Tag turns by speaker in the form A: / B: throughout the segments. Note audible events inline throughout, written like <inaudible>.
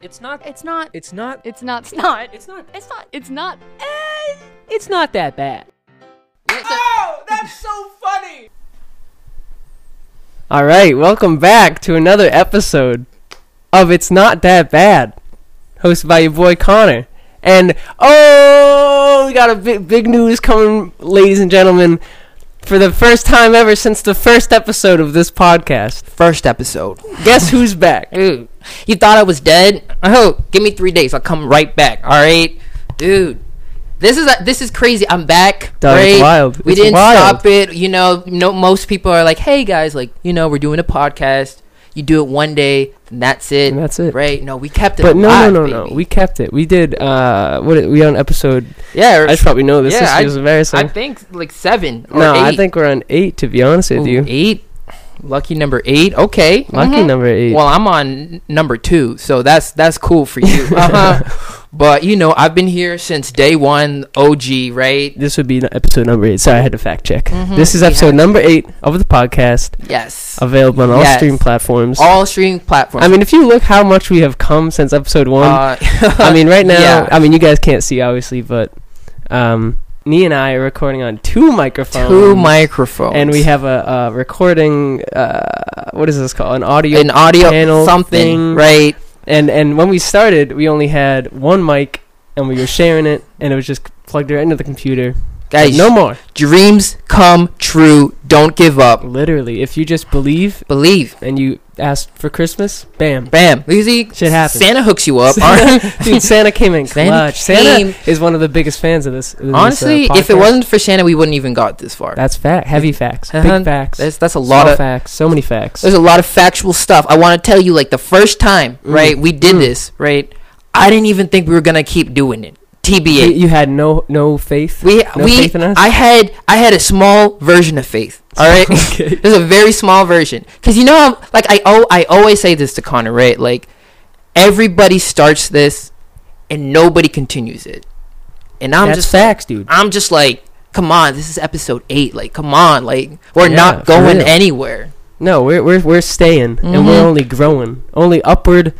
A: It's not.
B: It's not.
A: It's not.
B: It's not snot.
A: It's not.
B: It's not. It's not.
A: It's not that bad.
C: Oh, that's so funny.
A: All right, welcome back to another episode of It's Not That Bad, hosted by your boy Connor. And oh, we got a big big news coming, ladies and gentlemen. For the first time ever since the first episode of this podcast,
C: First episode.
A: guess who's back?
D: Dude, you thought I was dead? Oh, give me three days. I'll come right back. All right, dude. This is this is crazy. I'm back.
A: Dog, it's
D: right?
A: wild.
D: We
A: It's
D: didn't
A: wild.
D: stop it. You know, no. Most people are like, "Hey guys, like, you know, we're doing a podcast. You do it one day, and that's it.
A: And that's it.
D: Right? No, we kept it.
A: But no,
D: alive,
A: no, no, no.
D: baby.
A: We kept it. We did. Uh, what? We on episode?
D: yeah.
A: I should probably know this.
D: Yeah,
A: this
D: I-
A: is embarrassing.
D: I think like seven. Or
A: no,
D: eight.
A: I think we're on eight. To be honest with
D: Ooh,
A: you,
D: eight. Lucky number eight. Okay.
A: lucky
D: Mhm.
A: number eight.
D: Well, I'm on n- number two, so that's that's cool for you.
A: <laughs>
D: uh-huh. <laughs> But you know, I've been here since day one, OG, right?
A: this would be n- episode number eight. Sorry, I had to fact check.
D: Mhm,
A: This is
D: we
A: episode
D: had-
A: number eight of the podcast,
D: Yes.
A: available on all
D: Yes.
A: stream platforms.
D: All streaming platforms.
A: I mean, if you look how much we have come since episode one,
D: Uh, <laughs>
A: I mean, right now,
D: yeah.
A: I mean, you guys can't see obviously, but um, me and I are recording on two microphones.
D: two microphones
A: And we have a, a recording. Uh, what is this called? An audio.
D: an audio
A: panel
D: something,
A: thing.
D: right?
A: and and when we started, we only had one mic, and we were sharing it, and it was just plugged right into the computer.
D: Guys,
A: no more.
D: dreams come true. Don't give up.
A: Literally, if you just believe
D: Believe.
A: and you ask for Christmas,
D: <laughs>
A: bam.
D: Bam. Easy.
A: Shit happens.
D: Santa hooks you up. all right?
A: Dude, <laughs> Santa came in
D: Santa
A: clutch.
D: came-
A: Santa is one of the biggest fans of this. of this, uh,
D: Honestly, if it
A: podcast.
D: wasn't for Santa, we wouldn't even got this far.
A: that's fact, heavy facts,
D: Uh-huh.
A: big facts,
D: That's that's a
A: small
D: lot of
A: facts, so many facts.
D: There's a lot of factual stuff. I want to tell you, like the first time,
A: Mm.
D: right? We did
A: Mm.
D: this, right? I didn't even think we were gonna keep doing it.
A: You,
D: TBA.
A: you had no no faith.
D: We
A: no
D: we
A: faith in us?
D: I had I had a small version of faith.
A: <laughs>
D: All right,
A: Okay.
D: there's a very small version because you know, I'm, like I oh I always say this to Connor, right? Like everybody starts this and nobody continues it, and I'm
A: That's
D: just
A: facts, dude.
D: I'm just like, come on, this is episode eight. Like, come on, like we're
A: Yeah,
D: not
A: for
D: going
A: real.
D: anywhere.
A: No, we're we're we're staying, and we're
D: Mhm.
A: only growing, only upward.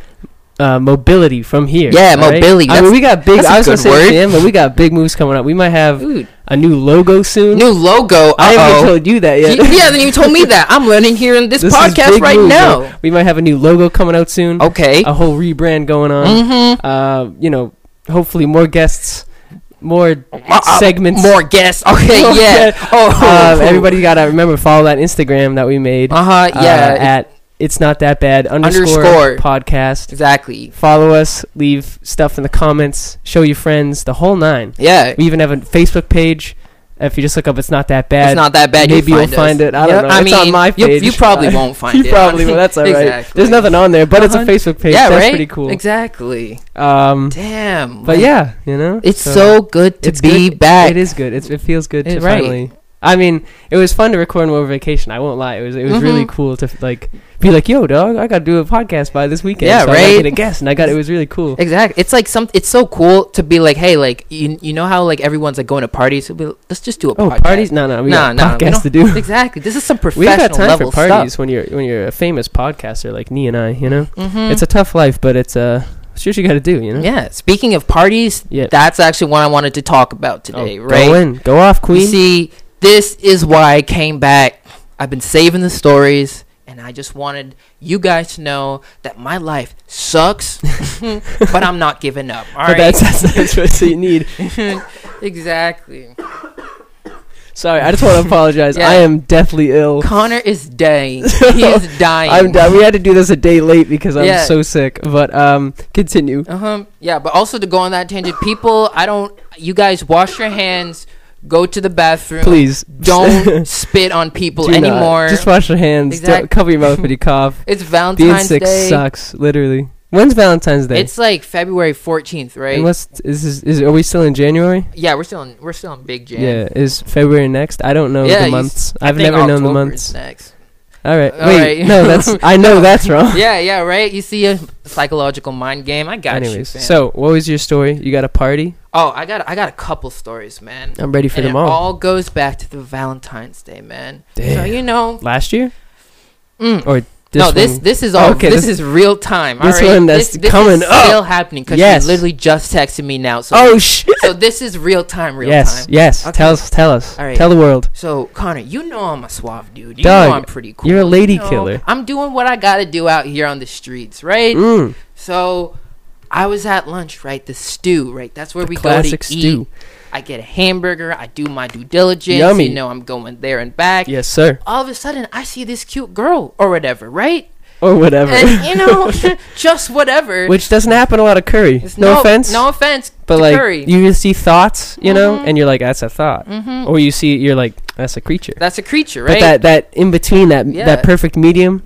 A: Uh, mobility from here.
D: Yeah,
A: all right?
D: mobility,
A: I mean,
D: that's-
A: we got big.
D: that's a
A: I was gonna
D: good
A: say at
D: word.
A: the end, but we got big moves coming up. We might have
D: Dude,
A: a new logo soon.
D: new logo.
A: I haven't
D: uh-oh.
A: even told you that
D: Y-
A: yet. <laughs>
D: yeah, then you told me that. I'm learning here in this,
A: This is
D: podcast
A: big
D: right
A: news,
D: now.
A: bro. We might have a new logo coming out soon.
D: Okay.
A: A whole rebrand going on.
D: Mm-hmm.
A: Uh, you know, hopefully more guests, more segments.
D: Uh,
A: <laughs>
D: More guests. Okay,
A: More
D: yeah.
A: guests.
D: Oh,
A: Um, everybody got to remember follow that Instagram that we made.
D: Uh huh.
A: uh,
D: Yeah.
A: at it's not that bad underscore,
D: Underscore.
A: podcast.
D: exactly.
A: Follow us. Leave stuff in the comments. Show your friends. The whole nine.
D: Yeah.
A: We even have a Facebook page. If you just look up, it's not that bad. <laughs>
D: It's not that bad.
A: Maybe you'll
D: you'll
A: find it. I don't know.
D: I
A: It's
D: mean,
A: on my
D: you- You,
A: page. <laughs>
D: probably won't find
A: you
D: it.
A: probably will.
D: <laughs>
A: That's all right.
D: Exactly.
A: There's nothing on there, but it's a
D: Uh-huh.
A: Facebook page.
D: Yeah,
A: That's
D: right?
A: pretty cool.
D: Exactly.
A: Um,
D: Damn.
A: but
D: like,
A: yeah, you know,
D: it's so good to
A: it's
D: be
A: good.
D: back.
A: It is good. It's, it feels good to
D: It- right.
A: finally. I mean, it was fun to record over vacation. I won't lie. It was it was really
D: Mhm.
A: cool to like be like, yo, dog, I got to do a podcast by this weekend.
D: Yeah,
A: so I
D: right?
A: Get a guest, and I got it was really cool.
D: Exactly. It's like some. It's so cool to be like, hey, like you, you know how like everyone's like going to parties. We'll be- Let's just do a
A: Oh,
D: podcast.
A: parties? No, no, we
D: Nah,
A: got
D: nah, we
A: podcasts
D: don't-
A: to do.
D: <laughs> exactly. This is
A: <laughs>
D: some
A: We
D: professional
A: ain't got time for
D: level
A: parties when you're when you're a famous podcaster like me and I. You know,
D: stuff. Mhm.
A: it's a tough life, but it's uh, it's what you got to do. You know,
D: Yeah. Speaking of parties,
A: Yeah.
D: that's actually one I wanted to talk about
A: Oh,
D: today,
A: Go
D: right?
A: in, go off,
D: You
A: queen. <laughs>
D: see, this is why I came back. I've been saving the stories, and I just wanted you guys to know that my life sucks, but I'm not
A: <laughs>
D: giving up. All
A: but
D: right.
A: that's, that's that's what you need.
D: <laughs> exactly.
A: Sorry, I just
D: <laughs>
A: want to apologize.
D: Yeah.
A: I am deathly ill.
D: Connor is
A: <laughs>
D: dying. He is dying.
A: I'm done. We had to do this a day late because I'm
D: Yeah.
A: so sick. But um, continue.
D: Uh huh. Yeah, but also to go on that tangent, people, I don't. You guys, wash your hands. Go to the bathroom.
A: Please <laughs>
D: <laughs> don't spit on people
A: do not.
D: anymore.
A: Just wash your hands.
D: Exact-
A: Don't cover your mouth
D: <laughs>
A: when you cough.
D: it's
A: Being
D: Valentine's
A: sick
D: Day.
A: sucks. Literally. When's Valentine's Day?
D: It's like February 14th, right?
A: And what's is, is is are we still in January?
D: yeah, we're still in, we're still in big jam.
A: Yeah. Is February next? I don't know the
D: Yeah, you s-
A: months. I've
D: think
A: never known the
D: October
A: months.
D: is Next.
A: All right.
D: All
A: Wait.
D: right.
A: No,
D: <laughs>
A: that's I know that's wrong.
D: yeah, yeah, right. You see a psychological mind game. I got you.
A: Anyways,
D: fam.
A: so what was your story? You got a party?
D: oh, I got I got a couple stories, man.
A: I'm ready Oh, for
D: and
A: them
D: it
A: all.
D: all goes back to the Valentine's Day, man. So
A: Damn.
D: you know,
A: Last year
D: mm,
A: or
D: no, this
A: one.
D: this is all.
A: Okay,
D: this,
A: this-
D: is real time.
A: this
D: all right?
A: one that's coming
D: is
A: up.
D: still happening because
A: Yes.
D: she literally just texted me now. So
A: Oh shit!
D: so this is real time, real
A: yes,
D: time.
A: yes.
D: Okay.
A: Tell us, tell us,
D: All right.
A: tell the world.
D: So Connor, you know I'm a suave dude. You
A: Doug,
D: know I'm pretty cool.
A: you're a lady
D: You know,
A: killer.
D: I'm doing what I gotta do out here on the streets, right?
A: Mm,
D: So I was at lunch, right? The stew, right? That's where we
A: classic
D: go to eat.
A: stew.
D: I get a hamburger. I do my due diligence.
A: Yummy.
D: You know I'm going there and back.
A: Yes, sir,
D: All of a sudden, I see this cute girl or whatever, right?
A: or whatever. <laughs>
D: And you know, <laughs> just whatever.
A: Which doesn't happen a lot of curry.
D: It's
A: No, offense,
D: No offense.
A: but
D: to
A: like
D: Curry.
A: you just see thoughts, you know,
D: Mhm.
A: and you're like, that's a thought,
D: Mhm.
A: or you see, you're like, that's a creature.
D: that's a creature,
A: But
D: right?
A: that that in between, that
D: Yeah.
A: that perfect medium,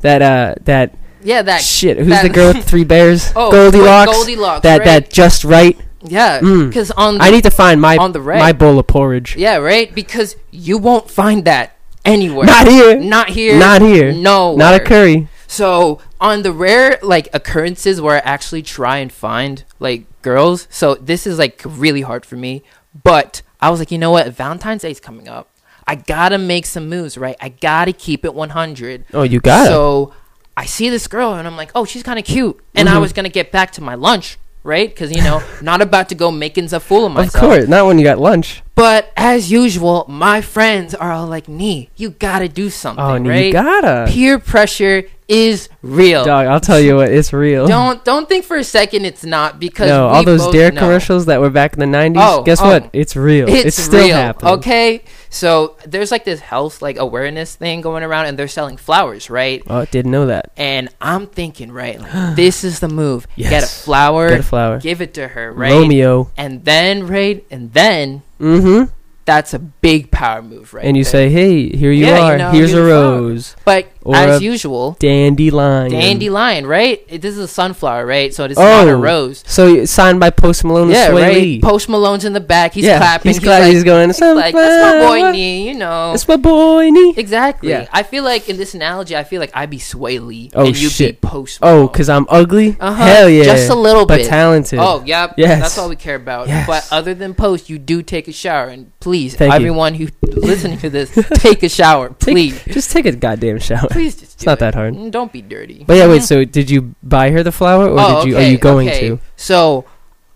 A: that uh that,
D: yeah, that.
A: shit. Who's
D: that-
A: the girl with
D: <laughs>
A: three bears?
D: oh,
A: Goldilocks.
D: Goldilocks.
A: that
D: right?
A: that just right.
D: Yeah,
A: Mm.
D: because on the,
A: I need to find my
D: on the right.
A: my bowl of porridge.
D: yeah, right. Because you won't find that anywhere.
A: Not here.
D: Not here.
A: Not here.
D: No.
A: Not a curry.
D: So on the rare like occurrences where I actually try and find like girls, so this is like really hard for me. But I was like, you know what? Valentine's Day's coming up. I gotta make some moves, right? I gotta keep it 100.
A: Oh, you got it.
D: So I see this girl and I'm like, oh, she's kind of cute. And
A: Mm-hmm.
D: I was gonna get back to my lunch, right? Because you know, not about to go making a fool of
A: Of
D: myself.
A: course. Not when you got lunch.
D: But as usual, my friends are all like, "Nee, you gotta do something,
A: Oh, no,
D: right?
A: you gotta.
D: Peer pressure is real.
A: Dog, I'll tell you what, it's real.
D: Don't don't think for a second it's not because
A: no,
D: we
A: all those
D: both
A: dare
D: know.
A: commercials that were back in the nineties.
D: Oh,
A: guess
D: oh.
A: what? It's real. It's, still
D: real,
A: happening.
D: Okay, so there's like this health like awareness thing going around, and they're selling flowers, right?
A: Oh, I didn't know that.
D: And I'm thinking, right,
A: <gasps>
D: like this is the move. Get a
A: Yes.
D: flower,
A: Get a flower.
D: give it to her, right?
A: Romeo.
D: And then, right, and then
A: Mm-hmm.
D: that's a big power move, right?
A: And you
D: there.
A: say, Hey, here you
D: Yeah, you
A: are.
D: know,
A: Here's a
D: here's a flower.
A: rose.
D: but
A: or
D: as
A: a-
D: usual,
A: Dandelion.
D: dandelion, right? It- This is a sunflower, right? So it's not a
A: Oh.
D: rose.
A: So you- signed by Post Malone
D: Yeah,
A: and Sway
D: right.
A: Lee.
D: Post Malone's in the back. He's
A: yeah,
D: clapping.
A: He's clapping.
D: like,
A: He's going.
D: he's like, that's my boy,
A: "Sunflower."
D: Nee, you know.
A: It's my boy. Nee.
D: exactly.
A: Yeah.
D: I feel like in this analogy, I feel like I'd be Sway Lee
A: Oh,
D: and you'd
A: shit.
D: be Post Malone.
A: Oh, because I'm ugly?
D: Uh-huh,
A: Hell yeah.
D: just a little
A: but
D: bit.
A: talented.
D: Oh, yep.
A: Yes.
D: That's all we care about.
A: Yes.
D: But other than Post, you do take a shower. And please,
A: Thank you.
D: everyone who <laughs> listening to this, take a shower.
A: Take-
D: Please.
A: Just take a goddamn
D: <laughs>
A: shower.
D: Please just do
A: It's not
D: it.
A: that hard.
D: <laughs> Mm, Don't be dirty.
A: But yeah, wait, so did you buy her the flower or
D: Oh,
A: did you are you going to?
D: So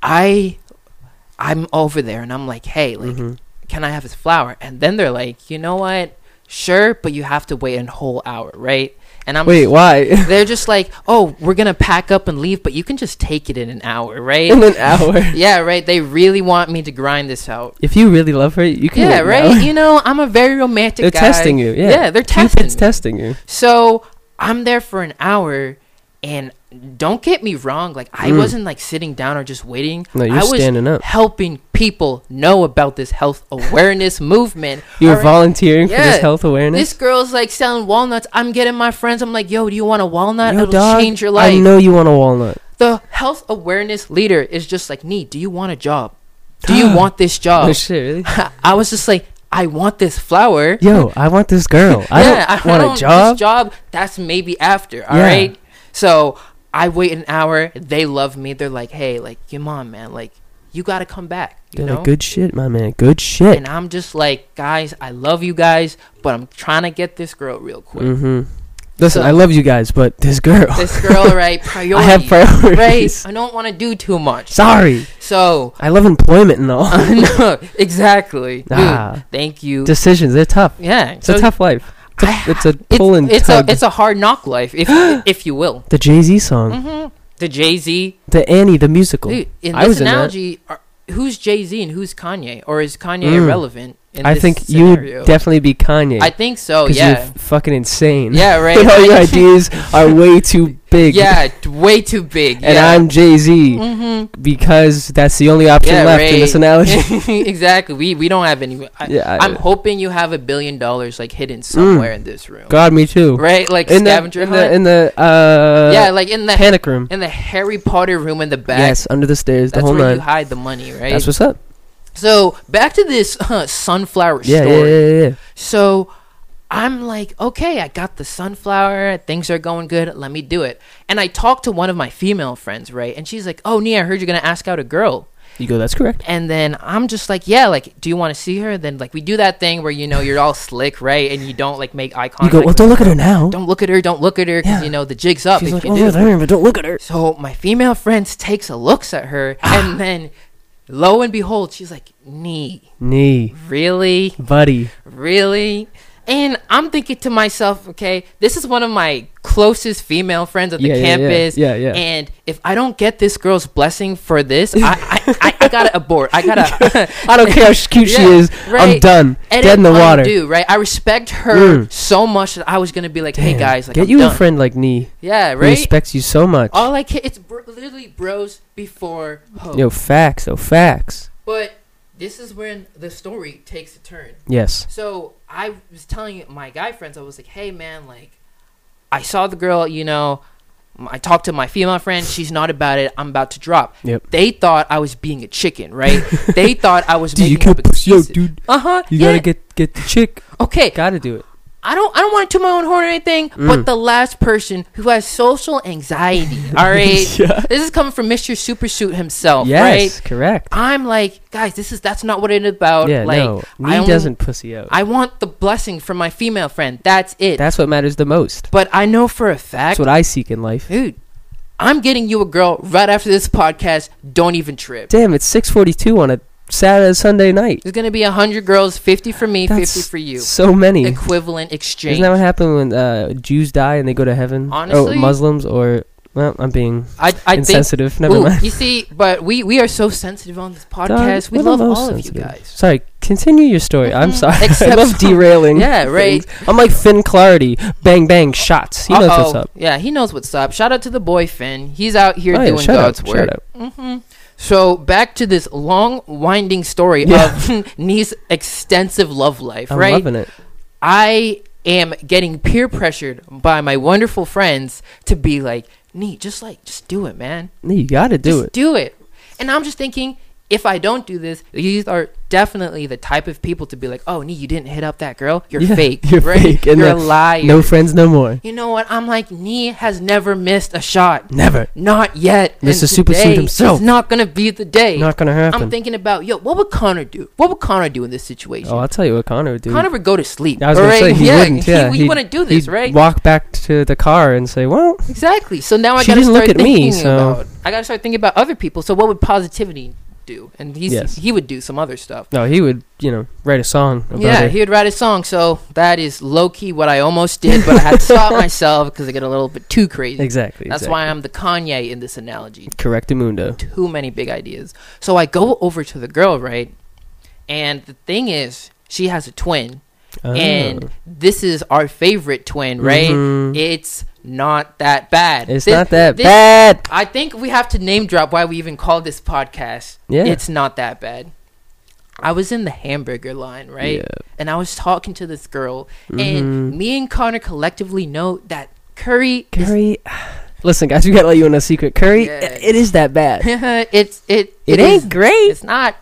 D: I I'm over there and I'm like, hey, like
A: Mhm.
D: can I have his flower? And then they're like, you know what? Sure, but you have to wait a whole hour, right? And I'm
A: Wait, why? <laughs>
D: they're just like, oh, we're gonna pack up and leave, but you can just take it in an hour,
A: <laughs>
D: right? <laughs>
A: In an hour.
D: yeah, right. They really want me to grind this out.
A: If you really love her, you can
D: Yeah,
A: wait now. <laughs>
D: right. You know, I'm a very romantic.
A: They're
D: guy.
A: testing you. Yeah.
D: they're testing.
A: Cupid's
D: me.
A: testing you.
D: So I'm there for an hour, and don't get me wrong. Like I
A: Mm.
D: wasn't like sitting down or just waiting.
A: No, you're
D: I was
A: standing up.
D: helping people know about this health
A: <laughs>
D: awareness movement.
A: You were
D: Alright,
A: volunteering for
D: Yeah.
A: this health awareness.
D: This girl's like selling walnuts. I'm getting my friends. I'm like, yo, do you want a walnut?
A: Yo,
D: It'll
A: dog,
D: change your life.
A: I know you want a walnut.
D: The health awareness leader is just like, Nee, do you want a job? Do
A: <gasps>
D: you want this
A: Oh,
D: job?
A: <laughs> shit, really?
D: <laughs> I was just like, I want this flower.
A: Yo, I want this
D: <laughs>
A: girl. I
D: Yeah,
A: don't want
D: don't-
A: a
D: this
A: job.
D: job that's maybe after. All right.
A: Yeah.
D: So I wait an hour. They love me. They're like, hey, like your mom, man, like you got to come back. You
A: They're
D: know.
A: like, good shit, my man. Good shit.
D: and I'm just like, guys, I love you guys, but I'm trying to get this girl real quick.
A: Mm-hmm. Listen,
D: So-
A: I love you guys, but this girl.
D: <laughs> This girl, right?
A: <laughs>
D: Priority.
A: I have priorities.
D: Right. I don't want to do too much.
A: Sorry.
D: So. <laughs>
A: I love employment and all.
D: no, exactly. Dude,
A: Ah.
D: thank you.
A: Decisions, they're tough.
D: yeah.
A: It's a tough life. It's
D: I-
A: a, it's a
D: it's,
A: pull and
D: it's
A: tug.
D: a it's a hard knock life,
A: <gasps>
D: if if you will.
A: the Jay Z song,
D: The Jay Z
A: the Annie, the musical.
D: Mm-hmm. Dude, in
A: I
D: this
A: was in that.
D: analogy, are, who's Jay Z and who's Kanye, or is Kanye
A: Mm.
D: irrelevant? In
A: I
D: this
A: think you
D: scenario?
A: would definitely be Kanye.
D: I think so.
A: because
D: Yeah.
A: you're f- fucking insane.
D: yeah. Right.
A: <laughs> all your ideas are way too big.
D: <laughs> yeah. d- Way too big. Mm-hmm.
A: And I'm Jay Z because that's the only option
D: yeah,
A: left
D: right.
A: in this analogy.
D: exactly. We we don't have any. <laughs> I,
A: yeah, I-
D: I'm hoping you have a billion dollars like hidden somewhere in this room.
A: God, me too.
D: Right. Like
A: in the,
D: scavenger
A: in
D: hunt.
A: the in the uh
D: yeah. Like in the
A: panic room.
D: in the Harry Potter room in the back.
A: Yes, under the stairs, the
D: That's
A: whole
D: where
A: nine.
D: you hide the money, right?
A: That's what's up.
D: so back to this uh, sunflower
A: Yeah,
D: story.
A: yeah, yeah, yeah.
D: So I'm like, okay, I got the sunflower. Things are going good. Let me do it. And I talked to one of my female friends, right? And she's like, oh, Nia, I heard you're going to ask out a girl.
A: You go, that's correct.
D: And then I'm just like, yeah, like, do you want to see her? Then like we do that thing where you know you're all slick, right? And you don't like make eye
A: You
D: contact.
A: go, well,
D: with
A: don't look at
D: her.
A: her now.
D: Don't look at her. Don't look at her because
A: Yeah.
D: you know the jig's up.
A: She's
D: if
A: like
D: you
A: over
D: do.
A: there, but don't look at her.
D: So my female friend takes a looks at her,
A: <gasps>
D: and then lo and behold, she's like, knee,
A: Knee,
D: really,
A: buddy.
D: really. And I'm thinking to myself, okay, this is one of my closest female friends at the
A: Yeah, yeah, yeah.
D: campus.
A: Yeah, yeah.
D: And if I don't get this girl's blessing for this, I, I, I, I gotta abort. I gotta.
A: <laughs> I don't
D: <laughs>
A: care how sh- cute she
D: Yeah,
A: is. I'm
D: right.
A: done.
D: And
A: Dead in the
D: it-
A: water.
D: undo, right? I respect her
A: Mm.
D: so much that I was gonna be like, hey
A: Damn.
D: guys, like,
A: get
D: I'm
A: you
D: done.
A: a friend like Nee.
D: Yeah,
A: Who
D: right. Oh.
A: respects you so much.
D: All I can, it's br- literally bros before hoes.
A: Yo, facts. Oh, facts.
D: But this is when the story takes a turn.
A: Yes.
D: So I was telling my guy friends, I was like, hey man, like, I saw the girl, you know, m- I talked to my female friend, she's not about it, I'm about to drop.
A: Yep.
D: They thought I was being a chicken,
A: <laughs>
D: right? they thought I was
A: Dude, you
D: making up
A: can't pussy out,
D: excuses.
A: dude.
D: Uh huh.
A: You
D: yeah.
A: gotta get get the chick.
D: okay.
A: Gotta do
D: <laughs>
A: it.
D: I don't I don't want to toot my own horn or anything,
A: Mm.
D: but the last person who has social anxiety,
A: <laughs>
D: all right?
A: Yeah.
D: This is coming from Mr. Supersuit himself,
A: yes,
D: right?
A: correct.
D: I'm like, guys, this is that's not what it's about.
A: yeah,
D: like
A: no.
D: I
A: Nee
D: only-
A: doesn't pussy out.
D: I want the blessing from my female friend. That's it.
A: That's what matters the most.
D: but I know for a fact,
A: That's what I seek in life.
D: dude, I'm getting you a girl right after this podcast. Don't even trip.
A: Damn, it's 6:42 on a Saturday Sunday night.
D: There's gonna be hundred girls, fifty for me, fifty
A: That's
D: for you.
A: So many.
D: Equivalent exchange.
A: Isn't that what happened when uh, Jews die and they go to heaven?
D: Honestly-
A: oh, Muslims or well, I'm being
D: I, I think
A: insensitive. Never
D: Ooh,
A: mind.
D: You see, but we we are so sensitive on this <laughs> podcast.
A: Dog,
D: we
A: we're the
D: love
A: most
D: all of you
A: sensitive.
D: guys.
A: Sorry, continue your story. I'm
D: Mhm.
A: sorry. <laughs>
D: Except
A: I love
D: for-
A: derailing.
D: Yeah, right.
A: things. I'm like Finn Clardy. Bang bang shots. He knows what's
D: Uh-oh.
A: up.
D: Yeah, he knows what's up. Shout out to the boy Finn. He's out here
A: Oh, yeah,
D: doing
A: shout out,
D: God's
A: shout
D: work.
A: out.
D: hmm So back to this long, winding story
A: Yeah.
D: of <laughs> Nee's extensive love life.
A: I'm
D: right,
A: loving it.
D: I am getting peer pressured by my wonderful friends to be like, Nee, just like, just do it, man.
A: Nee, You gotta do
D: Just
A: it.
D: do it. And I'm just thinking, if I don't do this, these are definitely the type of people to be like, "Oh, nee, you didn't hit up that girl. You're
A: Yeah, <laughs>
D: fake.
A: You're
D: right?
A: fake. And
D: you're a
A: the-
D: liar."
A: No friends, no more.
D: You know what? I'm like, nee has never missed a shot.
A: Never.
D: Not yet. And
A: Mr. Super
D: today
A: Suit himself.
D: is not gonna be the day.
A: Not gonna happen.
D: I'm thinking about, yo, what would Connor do? What would Connor do in this situation?
A: oh, I'll tell you what Connor would do.
D: Connor would go to sleep.
A: I was gonna say
D: alright?
A: he
D: yeah,
A: wouldn't.
D: He,
A: Yeah,
D: he
A: he'd-
D: wouldn't do this,
A: he'd
D: right?
A: Walk back to the car and say, "Well,
D: Exactly. So now I
A: She
D: gotta
A: didn't
D: start
A: look at me,
D: thinking
A: so-
D: about. I gotta start thinking about other people. So what would positivity do? And he's,
A: Yes.
D: he would do some other stuff.
A: no, he would, you know, write a song about
D: yeah,
A: it."
D: he would write a song. So that is low key what I almost did, but I had to
A: <laughs>
D: stop myself because I get a little bit too crazy.
A: exactly.
D: That's why I'm the Kanye in this analogy.
A: Correctamundo.
D: Too many big ideas. So I go over to the girl, right? And the thing is, she has a twin.
A: Oh.
D: And this is our favorite twin, right?
A: Mhm.
D: It's not that bad.
A: it's
D: Thi-
A: not that
D: this-
A: bad.
D: I think we have to name drop why we even call this podcast.
A: Yeah.
D: It's not that bad. I was in the hamburger line, right?
A: Yeah. Mm-hmm.
D: And I was talking to this girl, and me and Connor collectively know that curry, <laughs> is-
A: Curry. Listen, guys, we gotta let you in a secret. Curry,
D: Yeah.
A: it- it is that bad. it,
D: <laughs> it's it
A: ain't
D: is-
A: great.
D: It's not.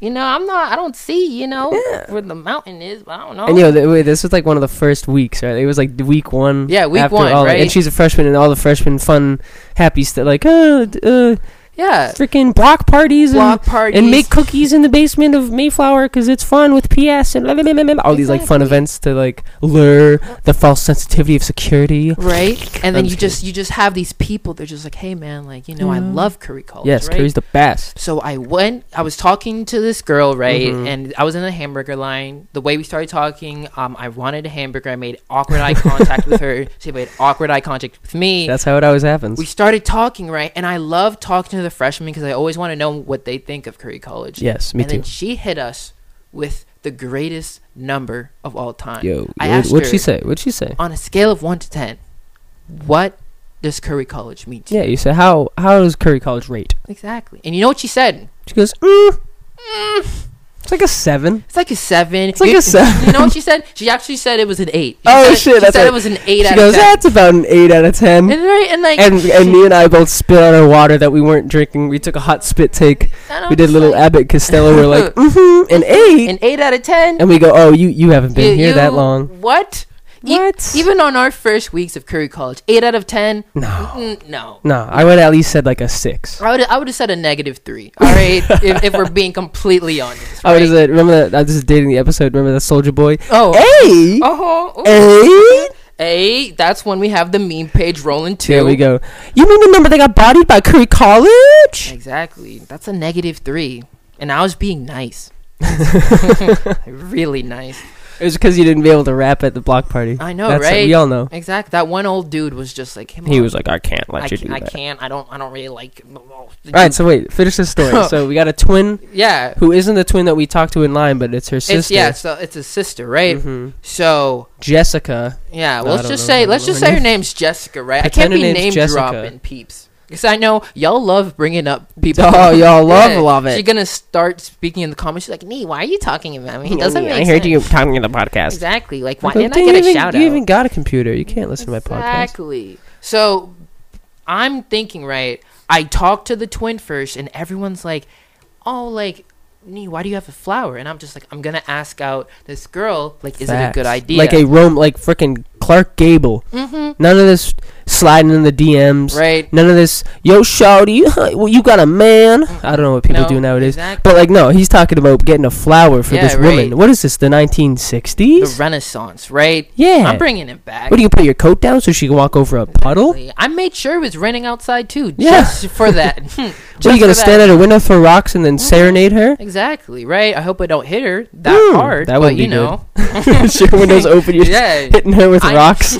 D: You know, I'm not. I don't see. You know, where the mountain is, but I don't know.
A: And yo, th- wait, this was like one of the first weeks, right? It was like week one.
D: Yeah, week
A: after
D: one,
A: all that.
D: right?
A: And she's a freshman, and all the freshmen fun, happy stuff, like uh, d- uh,
D: yeah,
A: freaking block parties and
D: block parties
A: and make cookies in the basement of Mayflower because it's fun with PS and blah, blah, blah, blah, blah. all these like fun
D: Exactly.
A: events to like lure the false sensitivity of security.
D: right, and then
A: I'm
D: you
A: just kidding.
D: just you just have these people. They're just like, hey man, like you know, I
A: Yeah.
D: love curry culture.
A: Yes,
D: right?
A: Curry's the best.
D: So I went. I was talking to this girl, right?
A: Mhm.
D: And I was in the hamburger line. The way we started talking, um, I wanted a hamburger. I made awkward eye contact
A: <laughs>
D: with her. She made awkward eye contact with me.
A: That's how it always happens.
D: we started talking, right? And I love talking to the freshmen because I always want to know what they think of Curry College.
A: yes, me
D: and
A: too.
D: then she hit us with the greatest number of all time.
A: Yo,
D: I
A: what,
D: asked
A: what'd she
D: her-
A: say? What'd she say?
D: On a scale of one to ten, what does Curry College mean to
A: Yeah,
D: you?
A: you said how how does Curry College rate?
D: Exactly. And you know what she said?
A: She goes, mm, it's like a seven.
D: It's like a seven.
A: It's like
D: You-
A: a seven.
D: You know what
A: <laughs>
D: she said? She actually said it was an eight. She
A: Oh,
D: said,
A: shit,
D: She
A: that's
D: said
A: right.
D: it was an eight
A: she
D: out
A: goes,
D: of ten.
A: that's about an eight out of ten.
D: And, right, and like, <laughs>
A: and and me and I both spit on our water that we weren't drinking. We took a hot spit take.
D: and I'm
A: We did
D: just
A: little
D: like,
A: Abbott Costello. We're
D: <laughs>
A: like, mm-hmm, an eight.
D: an eight out of ten.
A: And we go, oh, you you haven't been
D: You-
A: here that
D: you-
A: long.
D: What? E-
A: What?
D: even on our first weeks of Curry College, eight out of ten.
A: No.
D: Mm, no.
A: No, I would at least said like a six.
D: I would I would have said a negative three. All right,
A: <laughs>
D: if, if we're being completely honest.
A: I
D: Right?
A: would have said, Oh, remember that? I was just dating the episode. Remember that Soldier Boy?
D: oh,
A: Hey!
D: oh,
A: Hey!
D: hey, that's when we have the meme page rolling too.
A: There we go. You mean the number that got bodied by Curry College?
D: Exactly. That's a negative three, and I was
A: <laughs>
D: being nice. <laughs> really nice.
A: It was because you didn't be able to rap at the block party.
D: I know,
A: That's it.
D: right?
A: We all know.
D: Exactly. That one old dude was just like, "Come
A: He
D: on,
A: was like, I can't let
D: I,
A: you
D: can,
A: do
D: I
A: that.
D: can't. I don't. I don't really like."
A: All right, so wait, finish this story.
D: <laughs>
A: so we got a twin
D: yeah,
A: who isn't the twin that we talked to in line, but it's her sister.
D: it's yeah. So it's a sister, right?
A: hmm
D: So
A: Jessica.
D: Yeah,
A: No,
D: well,
A: I
D: let's
A: don't
D: just
A: know
D: say
A: her-
D: let's
A: her
D: just say her
A: name.
D: name's Jessica, right? I
A: Pretend
D: can't
A: her
D: be
A: name's
D: name
A: Jessica.
D: dropping peeps because I know y'all love
A: <laughs>
D: bringing up people.
A: Oh, y'all love-
D: <laughs> Yeah,
A: love it.
D: She's gonna start speaking in the comments. She's like, "Nee, why are you talking
A: <laughs>
D: about me? It doesn't make
A: I heard
D: sense."
A: you talking in the podcast.
D: exactly. Like, why
A: Like,
D: didn't I
A: dude,
D: get a
A: you even,
D: shout out?
A: You even got a computer. You can't listen to my podcast.
D: Exactly. So I'm thinking, right? I talk to the twin first, and everyone's like, "Oh, like." Nee, why do you have a flower? And I'm just like, I'm gonna ask out this girl. Like, is it a good
A: Facts.
D: idea?
A: Like a Rome, like freaking Clark Gable.
D: Mhm.
A: None of this sliding in the DMs.
D: right?
A: None of this, yo, shawty, well, you got a man. I don't know what people
D: Mm-hmm.
A: do
D: No,
A: nowadays.
D: exactly.
A: But, like, no, he's talking about getting a flower for
D: Yeah,
A: this woman.
D: right.
A: What is this, the 1960s?
D: the Renaissance, right?
A: yeah.
D: I'm bringing it back.
A: what do you put your coat down so she can walk over a puddle?
D: I made sure it was raining outside too,
A: Yeah.
D: just for
A: <laughs>
D: that. <laughs>
A: What,
D: just
A: are you
D: for
A: gonna
D: that.
A: stand at a window for rocks and then serenade
D: <laughs>
A: her?
D: Exactly right. I hope I don't hit her that
A: Hmm,
D: hard.
A: that
D: That but
A: wouldn't
D: you
A: be
D: know,
A: <laughs> Your
D: <laughs>
A: windows open, you're just
D: yeah,
A: hitting her with
D: I- <laughs>
A: rocks,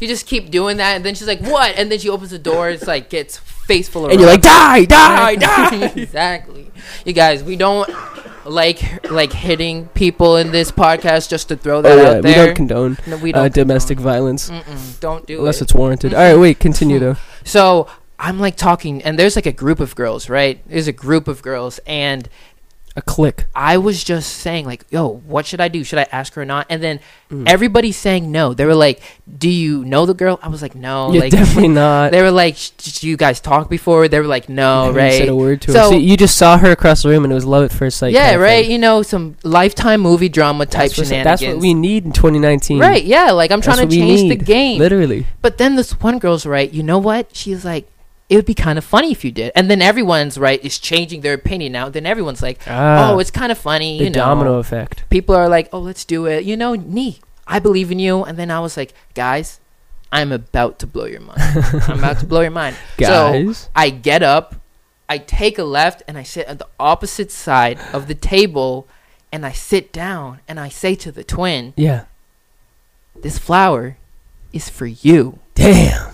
D: you just keep doing that, and then she's like, "What?" And then she opens the door. It's like gets face full of.
A: and you're like, die,
D: rocks.
A: die,
D: <laughs> Right?
A: die.
D: exactly. You guys, we don't like like hitting people in this podcast just to throw that
A: Oh yeah,
D: out
A: we
D: there.
A: don't condone
D: no, we
A: uh,
D: don't
A: domestic violence
D: Mm-mm, don't do
A: unless
D: it.
A: it's warranted. All right, wait, continue though.
D: So I'm like talking, and there's like a group of girls, right? There's a group of girls, and
A: A click.
D: I was just saying, like, yo, what should I do? Should I ask her or not? And then
A: Mm.
D: everybody's saying no. They were like, do you know the girl? I was like, no.
A: you're
D: Oh, like, <laughs>
A: definitely not.
D: They were like, "Sh- sh- you guys talk before? They were like,
A: You
D: no, right?
A: Said a word to her. So
D: So-
A: you just saw her across the room, and it was love at first sight.
D: yeah,
A: kinda
D: right.
A: thing.
D: You know, some lifetime movie drama type
A: That's, what's-
D: shenanigans.
A: that's what we need in 2019.
D: Right, yeah, like I'm
A: That's
D: trying
A: what
D: to
A: we
D: change the
A: need,
D: game.
A: Literally.
D: But then this one girl's right, you know what? She's like, it would be kind of funny if you did. And then everyone's right, is changing their opinion now. Then everyone's like,
A: Ah,
D: oh, it's kind of funny.
A: the
D: you know,
A: domino effect.
D: people are like, oh, let's do it. You know, me, I believe in you. And then I was like, guys, I'm about to blow your mind. I'm about to blow your
A: <laughs>
D: mind.
A: Guys.
D: So I get up, I take a left, and I sit at the opposite side of the table. And I sit down and I say to the twin,
A: yeah.
D: this flower is for you.
A: Damn.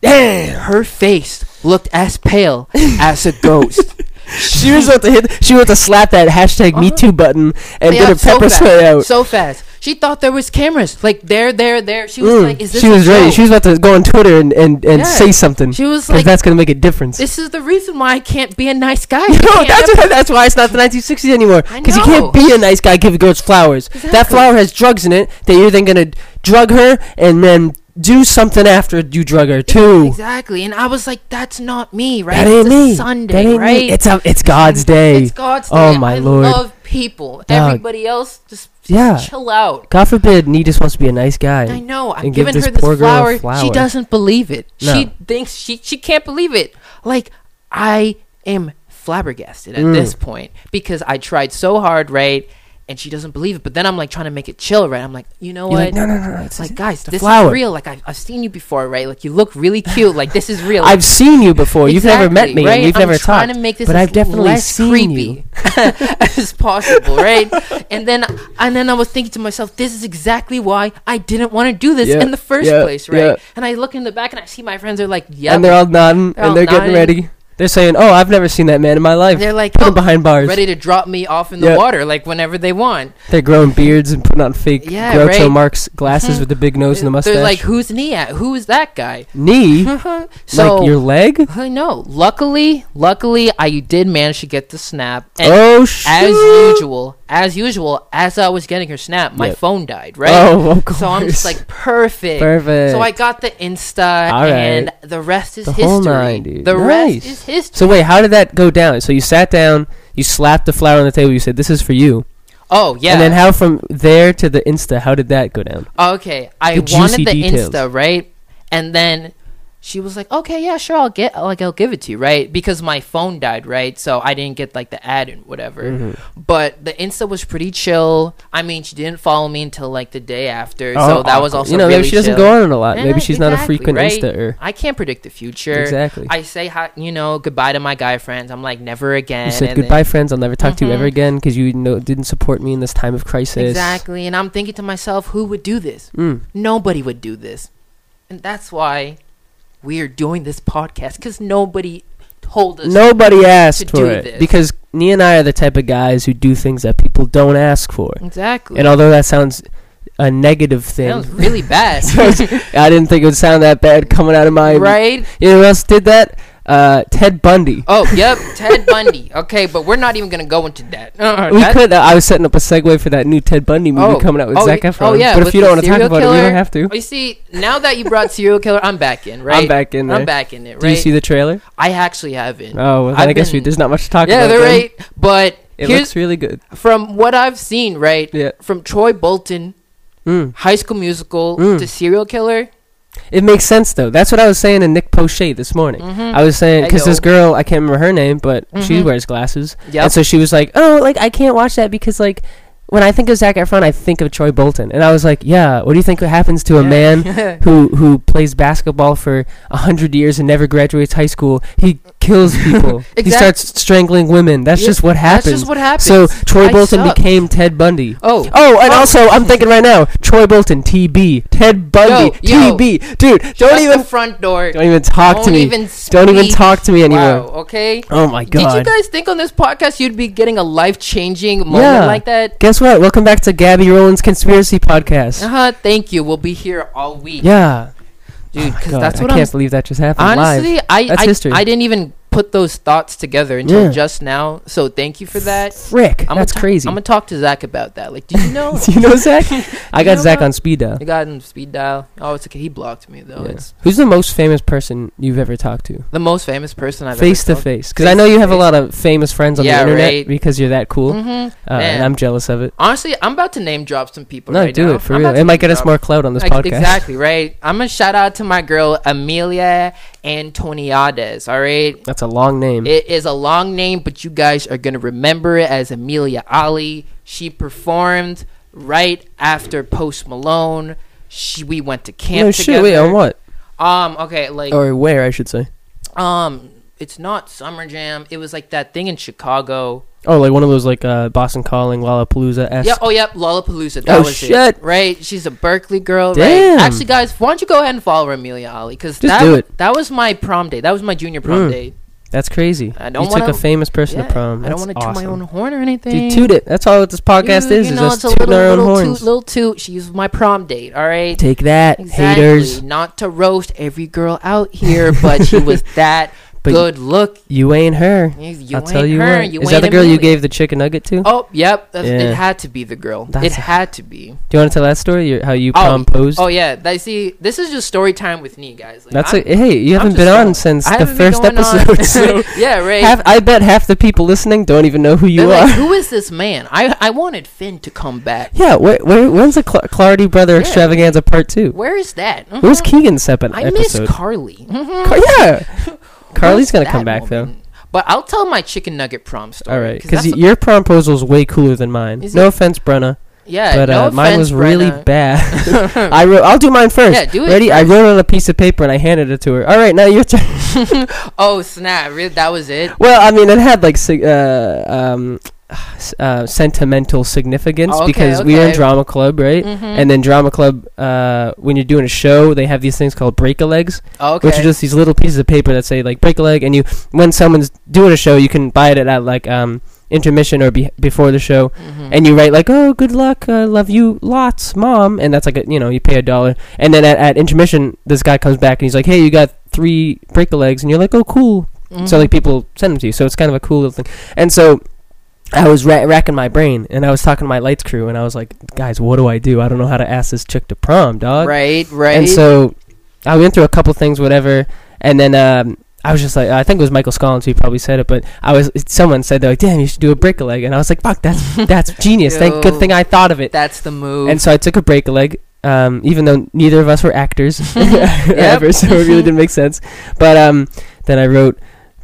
A: Damn.
D: Her face looked
A: <laughs>
D: as pale as a ghost.
A: She was about to hit. She was about to slap that hashtag Me
D: Uh-huh.
A: Too button and
D: Yeah,
A: get a pepper
D: so
A: spray
D: fast,
A: out.
D: So fast. She thought there was cameras. Like there, there, there. She was
A: Mm,
D: like, "Is this?"
A: she was
D: a
A: ready.
D: joke?
A: She was about to go on Twitter and, and, and
D: Yeah.
A: say something
D: She was
A: because
D: like,
A: that's gonna make a difference. <laughs>
D: "This is the reason why I can't be a nice guy."
A: no,
D: I can't
A: that's
D: ever-
A: why, that's why it's not the 1960s anymore.
D: I
A: Because you
D: know.
A: can't be a nice guy giving girls flowers. That
D: Exactly.
A: flower has drugs in it that you're then gonna drug her and then do something after you drug her too.
D: exactly. And I was like, "That's not me, right?
A: That ain't
D: it's a
A: me.
D: Sunday,
A: that ain't
D: right?
A: me. It's a, it's God's day.
D: It's God's day.
A: Oh, my
D: I
A: Lord.
D: love people. Everybody else, just, just
A: Yeah.
D: chill out.
A: God forbid, Nee just wants to be a nice guy.
D: I know. I'm
A: and give
D: giving
A: this
D: her this
A: poor girl a
D: flower. She
A: flower.
D: doesn't believe it. She
A: No.
D: thinks she she can't believe it. Like I am flabbergasted at
A: Mm.
D: this point because I tried so hard, right? And she doesn't believe it. But then I'm like trying to make it chill, right? I'm like, you know
A: You're
D: what?
A: like, no, no, no, no. It's
D: Like, guys,
A: it's a
D: this
A: flower.
D: is real. Like I've, I've seen you before, right? Like you look really cute. Like this is
A: <laughs>
D: real.
A: I've seen you before. You've never met me.
D: Right?
A: and You've
D: I'm
A: never
D: trying
A: talked.
D: to make this
A: but
D: as
A: I've definitely
D: less
A: seen
D: creepy <laughs> as
A: <laughs>
D: possible, right? and then and then I was thinking to myself, this is exactly why I didn't want to do this
A: Yeah,
D: in the first
A: yeah,
D: place, right?
A: yeah.
D: And I look in the back and I see my friends are like, yeah,
A: And they're all nodding
D: They're all
A: and they're
D: nodding.
A: getting ready. They're saying, "Oh, I've never seen that man in my life."
D: They're like,
A: put
D: "Oh,
A: him behind bars.
D: ready to drop me off in the
A: Yeah.
D: water like whenever they want.
A: They're growing beards and putting on fake
D: Yeah,
A: Groucho
D: right.
A: Marx glasses
D: Mhm.
A: with the big nose and the mustache.
D: They're like, who's knee at? Who is
A: <laughs>
D: that guy? Uh-huh.
A: knee,
D: so
A: like your leg.
D: I know. Luckily, luckily, I did manage to get the snap. And
A: oh shit!
D: as usual, as usual, as I was getting her snap, my
A: Yep.
D: phone died, right?
A: Oh, of
D: So I'm
A: course.
D: just like, perfect.
A: Perfect.
D: So I got the Insta,
A: All right.
D: and the rest is
A: The
D: history.
A: whole nine, dude.
D: The
A: Nice.
D: rest is history.
A: So wait, how did that go down? So you sat down, you slapped the flower on the table, you said, "This is for you."
D: Oh yeah.
A: And then how from there to the Insta? How did that go down?
D: okay, I
A: The juicy
D: wanted the
A: details.
D: Insta, right? And then she was like, "Okay, yeah, sure, I'll get like I'll give it to you, right?" Because my phone died, right? So I didn't get like the ad and whatever.
A: Mm-hmm.
D: But the Insta was pretty chill. I mean, she didn't follow me until like the day after, so that was
A: awkward.
D: also
A: Oh, you know
D: really
A: maybe she doesn't
D: chill.
A: go on it a lot.
D: Yeah,
A: maybe she's not a
D: exactly,
A: frequent
D: right?
A: Insta-er.
D: I can't predict the future.
A: Exactly.
D: I say hi, you know goodbye to my guy friends. I'm like never again.
A: You said
D: and then-
A: goodbye, friends. I'll never talk to you ever
D: Mhm.
A: again because you know, didn't support me in this time of crisis.
D: Exactly. And I'm thinking to myself, who would do this?
A: Mm.
D: Nobody would do this. And that's why we're doing this podcast because nobody told us.
A: Nobody asked
D: do
A: for it
D: this.
A: because Nee and I are the type of guys who do things that people don't ask for.
D: Exactly.
A: And although that sounds a negative
D: that
A: <laughs> thing,
D: was really bad. <laughs>
A: I didn't think it would sound that bad coming out of my.
D: right?
A: You know who else did that? Uh, Ted Bundy.
D: Oh, yep. Ted Bundy. Okay, but we're not even going to go into that. <laughs> Uh,
A: we
D: that-
A: could. Uh, I was setting up a segue for that new Ted Bundy movie
D: Oh,
A: coming out with
D: oh,
A: Zac
D: y-
A: Efron.
D: oh, yeah,
A: but if
D: with
A: you don't
D: the
A: want to talk
D: serial
A: about it, we
D: killer.
A: don't have to.
D: Oh, You see, now that you brought serial killer, I'm back in, right?
A: I'm back in there.
D: I'm back in it, right?
A: Do you see the trailer?
D: I actually haven't.
A: Oh, well, then
D: I've
A: I guess we,
D: been-
A: there's not much to talk
D: yeah,
A: about.
D: they're
A: then.
D: right. But
A: It
D: here's
A: looks really good.
D: from what I've seen, right?
A: Yeah.
D: From Troy Bolton,
A: Mm.
D: High School Musical
A: Mm.
D: to Serial Killer.
A: It makes sense though. That's what I was saying to Nick Poche this morning.
D: Mm-hmm.
A: I was saying because this
D: Ayo.
A: girl, I can't remember her name, but she
D: Mhm.
A: wears glasses,
D: Yep.
A: and so she was like, "Oh, like I can't watch that because like." When I think of Zac Efron, I think of Troy Bolton, and I was like, "Yeah, what do you think happens to a
D: Yeah. <laughs>
A: man who who plays basketball for a hundred years and never graduates high school? He kills
D: <laughs>
A: people. He
D: Exact-
A: starts strangling women. That's
D: Yeah,
A: just what
D: that's
A: happens.
D: just what happens.
A: So Troy
D: I
A: Bolton
D: suck.
A: became Ted Bundy.
D: Oh.
A: Oh, and
D: Oh.
A: also I'm thinking right now, Troy Bolton, TB, Ted Bundy,
D: Yo, yo.
A: TB, dude,
D: Shut
A: don't
D: the
A: even,
D: front door.
A: don't even talk to
D: Don't
A: me,
D: even
A: don't even
D: speak.
A: talk to me anymore.
D: Wow. Okay.
A: Oh my
D: Did you
A: god.
D: guys think on this podcast you'd be getting a life changing moment
A: Yeah.
D: like that?
A: Guess what? Welcome back to Gabby Rowland's conspiracy podcast.
D: Uh huh. Thank you. We'll be here all week,
A: Yeah,
D: dude.
A: Oh my
D: Because
A: God,
D: that's what
A: I
D: I'm.
A: can't believe that just happened live.
D: honestly, I
A: That's
D: I,
A: history.
D: I didn't even put those thoughts together until
A: Yeah.
D: just now. So thank you for that.
A: Frick,
D: I'm
A: that's crazy.
D: I'm gonna talk to Zach about that. Like, did you know?
A: <laughs> you know
D: <laughs>
A: Zach? I got
D: know
A: Zach
D: what?
A: on speed dial.
D: I got him speed dial. Oh, it's okay. He blocked me though.
A: Yeah.
D: It's
A: Who's the most famous person you've ever talked to,
D: the most famous person I've
A: face to
D: ever talked
A: face? Because I know you have a lot of famous friends on
D: Yeah,
A: the internet
D: right.
A: because you're that cool,
D: Mhm.
A: uh, and
D: Man.
A: I'm jealous of it.
D: Honestly, I'm about to name drop some people.
A: No,
D: right
A: do
D: now.
A: it for
D: I'm
A: real.
D: about to
A: It might
D: name
A: get us
D: drop-
A: more clout on this
D: Like,
A: podcast.
D: Exactly right. I'm gonna shout out to my girl Amelia Antoniades. All right,
A: That's a long name.
D: it is a long name, but you guys are gonna remember it as Amelia Ali. She performed right after Post Malone. She, we went to camp
A: no
D: together.
A: shit. Wait, on what?
D: Um. Okay. Like.
A: Or where? I should say.
D: Um, it's not Summer Jam. It was like that thing in Chicago.
A: Oh, like one of those like uh, Boston Calling, Lollapalooza esque.
D: Yeah. Oh, yep. Lollapalooza. That
A: Oh,
D: was
A: shit.
D: it. Right. She's a Berkeley girl.
A: Damn.
D: Right. Actually, guys, why don't you go ahead and follow Amelia Ali? Because
A: Just
D: that
A: do it.
D: that was my prom day. That was my junior prom
A: Mm.
D: day.
A: That's crazy.
D: I don't
A: you took
D: wanna-
A: a famous person
D: Yeah,
A: to prom.
D: I don't
A: That's
D: want to
A: awesome.
D: toot my own horn or anything.
A: Dude, toot it. That's all what this podcast
D: Dude,
A: is.
D: You
A: Is
D: know,
A: us
D: it's a
A: tooting
D: little,
A: our own
D: little
A: horns.
D: toot, little toot. She was my prom date. All right.
A: Take that,
D: Exactly.
A: haters.
D: Not to roast every girl out here, but
A: <laughs>
D: she was that
A: But
D: good look.
A: You ain't her.
D: You, you
A: I'll tell
D: ain't
A: you
D: her.
A: what.
D: You
A: is that
D: ain't
A: the girl you
D: Amelia.
A: gave the chicken nugget to?
D: Oh, yep. That's,
A: Yeah.
D: It had to be the girl.
A: That's-
D: it had to be.
A: Do you want to tell that story? Your, how you
D: Oh,
A: composed?
D: Oh yeah. That, see, this is just story time with me, guys. Like,
A: That's
D: I'm-
A: a, hey, you
D: I'm
A: haven't
D: just
A: been on
D: going-
A: since
D: I
A: the
D: haven't been
A: first
D: going on.
A: episode. <laughs>
D: <laughs>
A: so
D: yeah, right.
A: half, I bet half the people listening don't even know who you
D: They're
A: are. <laughs>
D: like, who is this man? I I wanted Finn to come back.
A: Yeah, where, where, when's the Cla- Clarity Brother Extravaganza Part Two?
D: Where is that? Mhm.
A: Where's Keegan Seppin
D: I miss
A: episode?
D: Carly. Mhm.
A: Car-
D: <laughs>
A: yeah, Carly's
D: Where's
A: gonna
D: that
A: come back though.
D: woman? But I'll tell my chicken nugget prom story.
A: All right,
D: that's
A: because your proposal's way cooler than mine.
D: Is
A: No
D: it?
A: offense, Brenna,
D: yeah,
A: but
D: no
A: uh, mine
D: offense,
A: was really
D: Brenna. <laughs>
A: bad. I wrote. I'll do mine first.
D: Yeah, do it
A: Ready? I wrote it on a piece of paper and I handed it to her. All right, now your turn. <laughs>
D: oh snap! Really, that was it.
A: Well, I mean, it had like sig- uh, um, <sighs> s- uh, sentimental significance
D: Oh, okay,
A: because we were in
D: okay.
A: drama club, right?
D: Mm-hmm.
A: And then drama club, uh, when you're doing a show, they have these things called break a legs,
D: Okay.
A: which are just these little pieces of paper that say like break a leg, and you when someone's doing a show, you can buy it at like um intermission or be- before the show,
D: Mm-hmm.
A: and you write like oh good luck, uh, love you lots, mom, and that's like a, you know you pay a dollar, and then at, at intermission this guy comes back and he's like hey you got three break a legs, and you're like oh cool,
D: Mm-hmm.
A: so like people send them to you, so it's kind of a cool little thing, and so. I was ra- racking my brain, and I was talking to my lights crew, and I was like, "Guys, what do I do? I don't know how to ask this chick to prom, dog."
D: right, right.
A: And so I went through a couple things, whatever, and then um, I was just like, I think it was Michael Scollins who probably said it, but I was someone said they're like, damn, you should do a break a leg, and I was like, fuck, that's
D: <laughs>
A: that's genius. Thank good
D: Yo.
A: thing I thought of it.
D: That's the move.
A: And so I took a break a leg, um, even though neither of us were actors <laughs>
D: <laughs>
A: ever, so it really didn't make sense. But um, then I wrote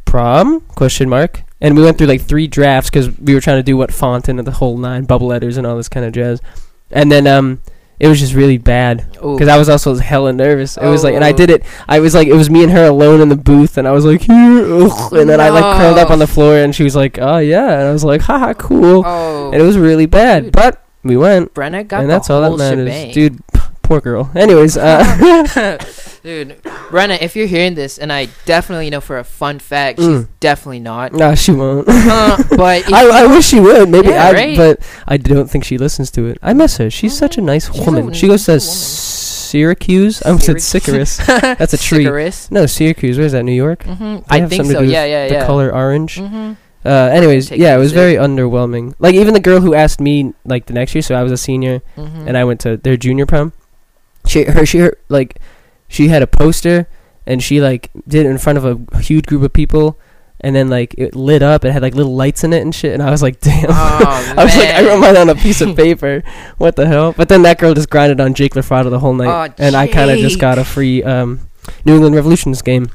A: prom question mark, and we went through like three drafts because we were trying to do what font and the whole nine bubble letters and all this kind of jazz. And then um, it was just really bad
D: Ooh.
A: because I was also hella nervous. It was like, and I
D: Oh.
A: did it. I was like, it was me and her alone in the booth, and I was like, ugh, and then I like curled up
D: No.
A: on the floor, and she was like, oh yeah, and I was like, haha, cool.
D: oh,
A: And it was really bad,
D: Dude.
A: but we went
D: Brenna got
A: and
D: the
A: that's all that
D: whole
A: matters,
D: shebang.
A: dude. <laughs> p- Poor girl. Anyways, uh, <laughs>
D: <laughs> Dude, Brenna, if you're hearing this, and I definitely know for a fun fact, she's
A: Mm.
D: definitely not.
A: no, she won't. <laughs>
D: Uh, but if-
A: I, I wish she would. Maybe
D: Yeah,
A: I,
D: right.
A: but I don't think she listens to it. I miss her. She's such a nice
D: She's a
A: woman. she goes to
D: nice woman.
A: Syracuse. I almost said
D: Syracuse.
A: Sycoris.
D: <laughs>
A: That's a tree.
D: Cigarettes.
A: No, Syracuse. Where's that? New York. They
D: Mhm, I
A: have
D: think
A: something to
D: so.
A: do with
D: Yeah, yeah,
A: The
D: yeah.
A: color orange.
D: Mhm.
A: Uh, anyways,
D: Take
A: yeah,
D: it
A: it was
D: sick.
A: very underwhelming. Like even the girl who asked me like the next year, so I was a senior,
D: Mhm.
A: and I went to their junior prom. She her she her, like she had a poster and she like did it in front of a huge group of people and then like it lit up and had like little lights in it and shit and I was like <laughs> damn
D: Oh,
A: I was like I
D: man.
A: wrote mine on a piece
D: <laughs>
A: of paper what the hell but then that girl just grinded on Jake LaFrada the whole night
D: Oh,
A: and I kind of just
D: Jake.
A: got a free um New England Revolutions game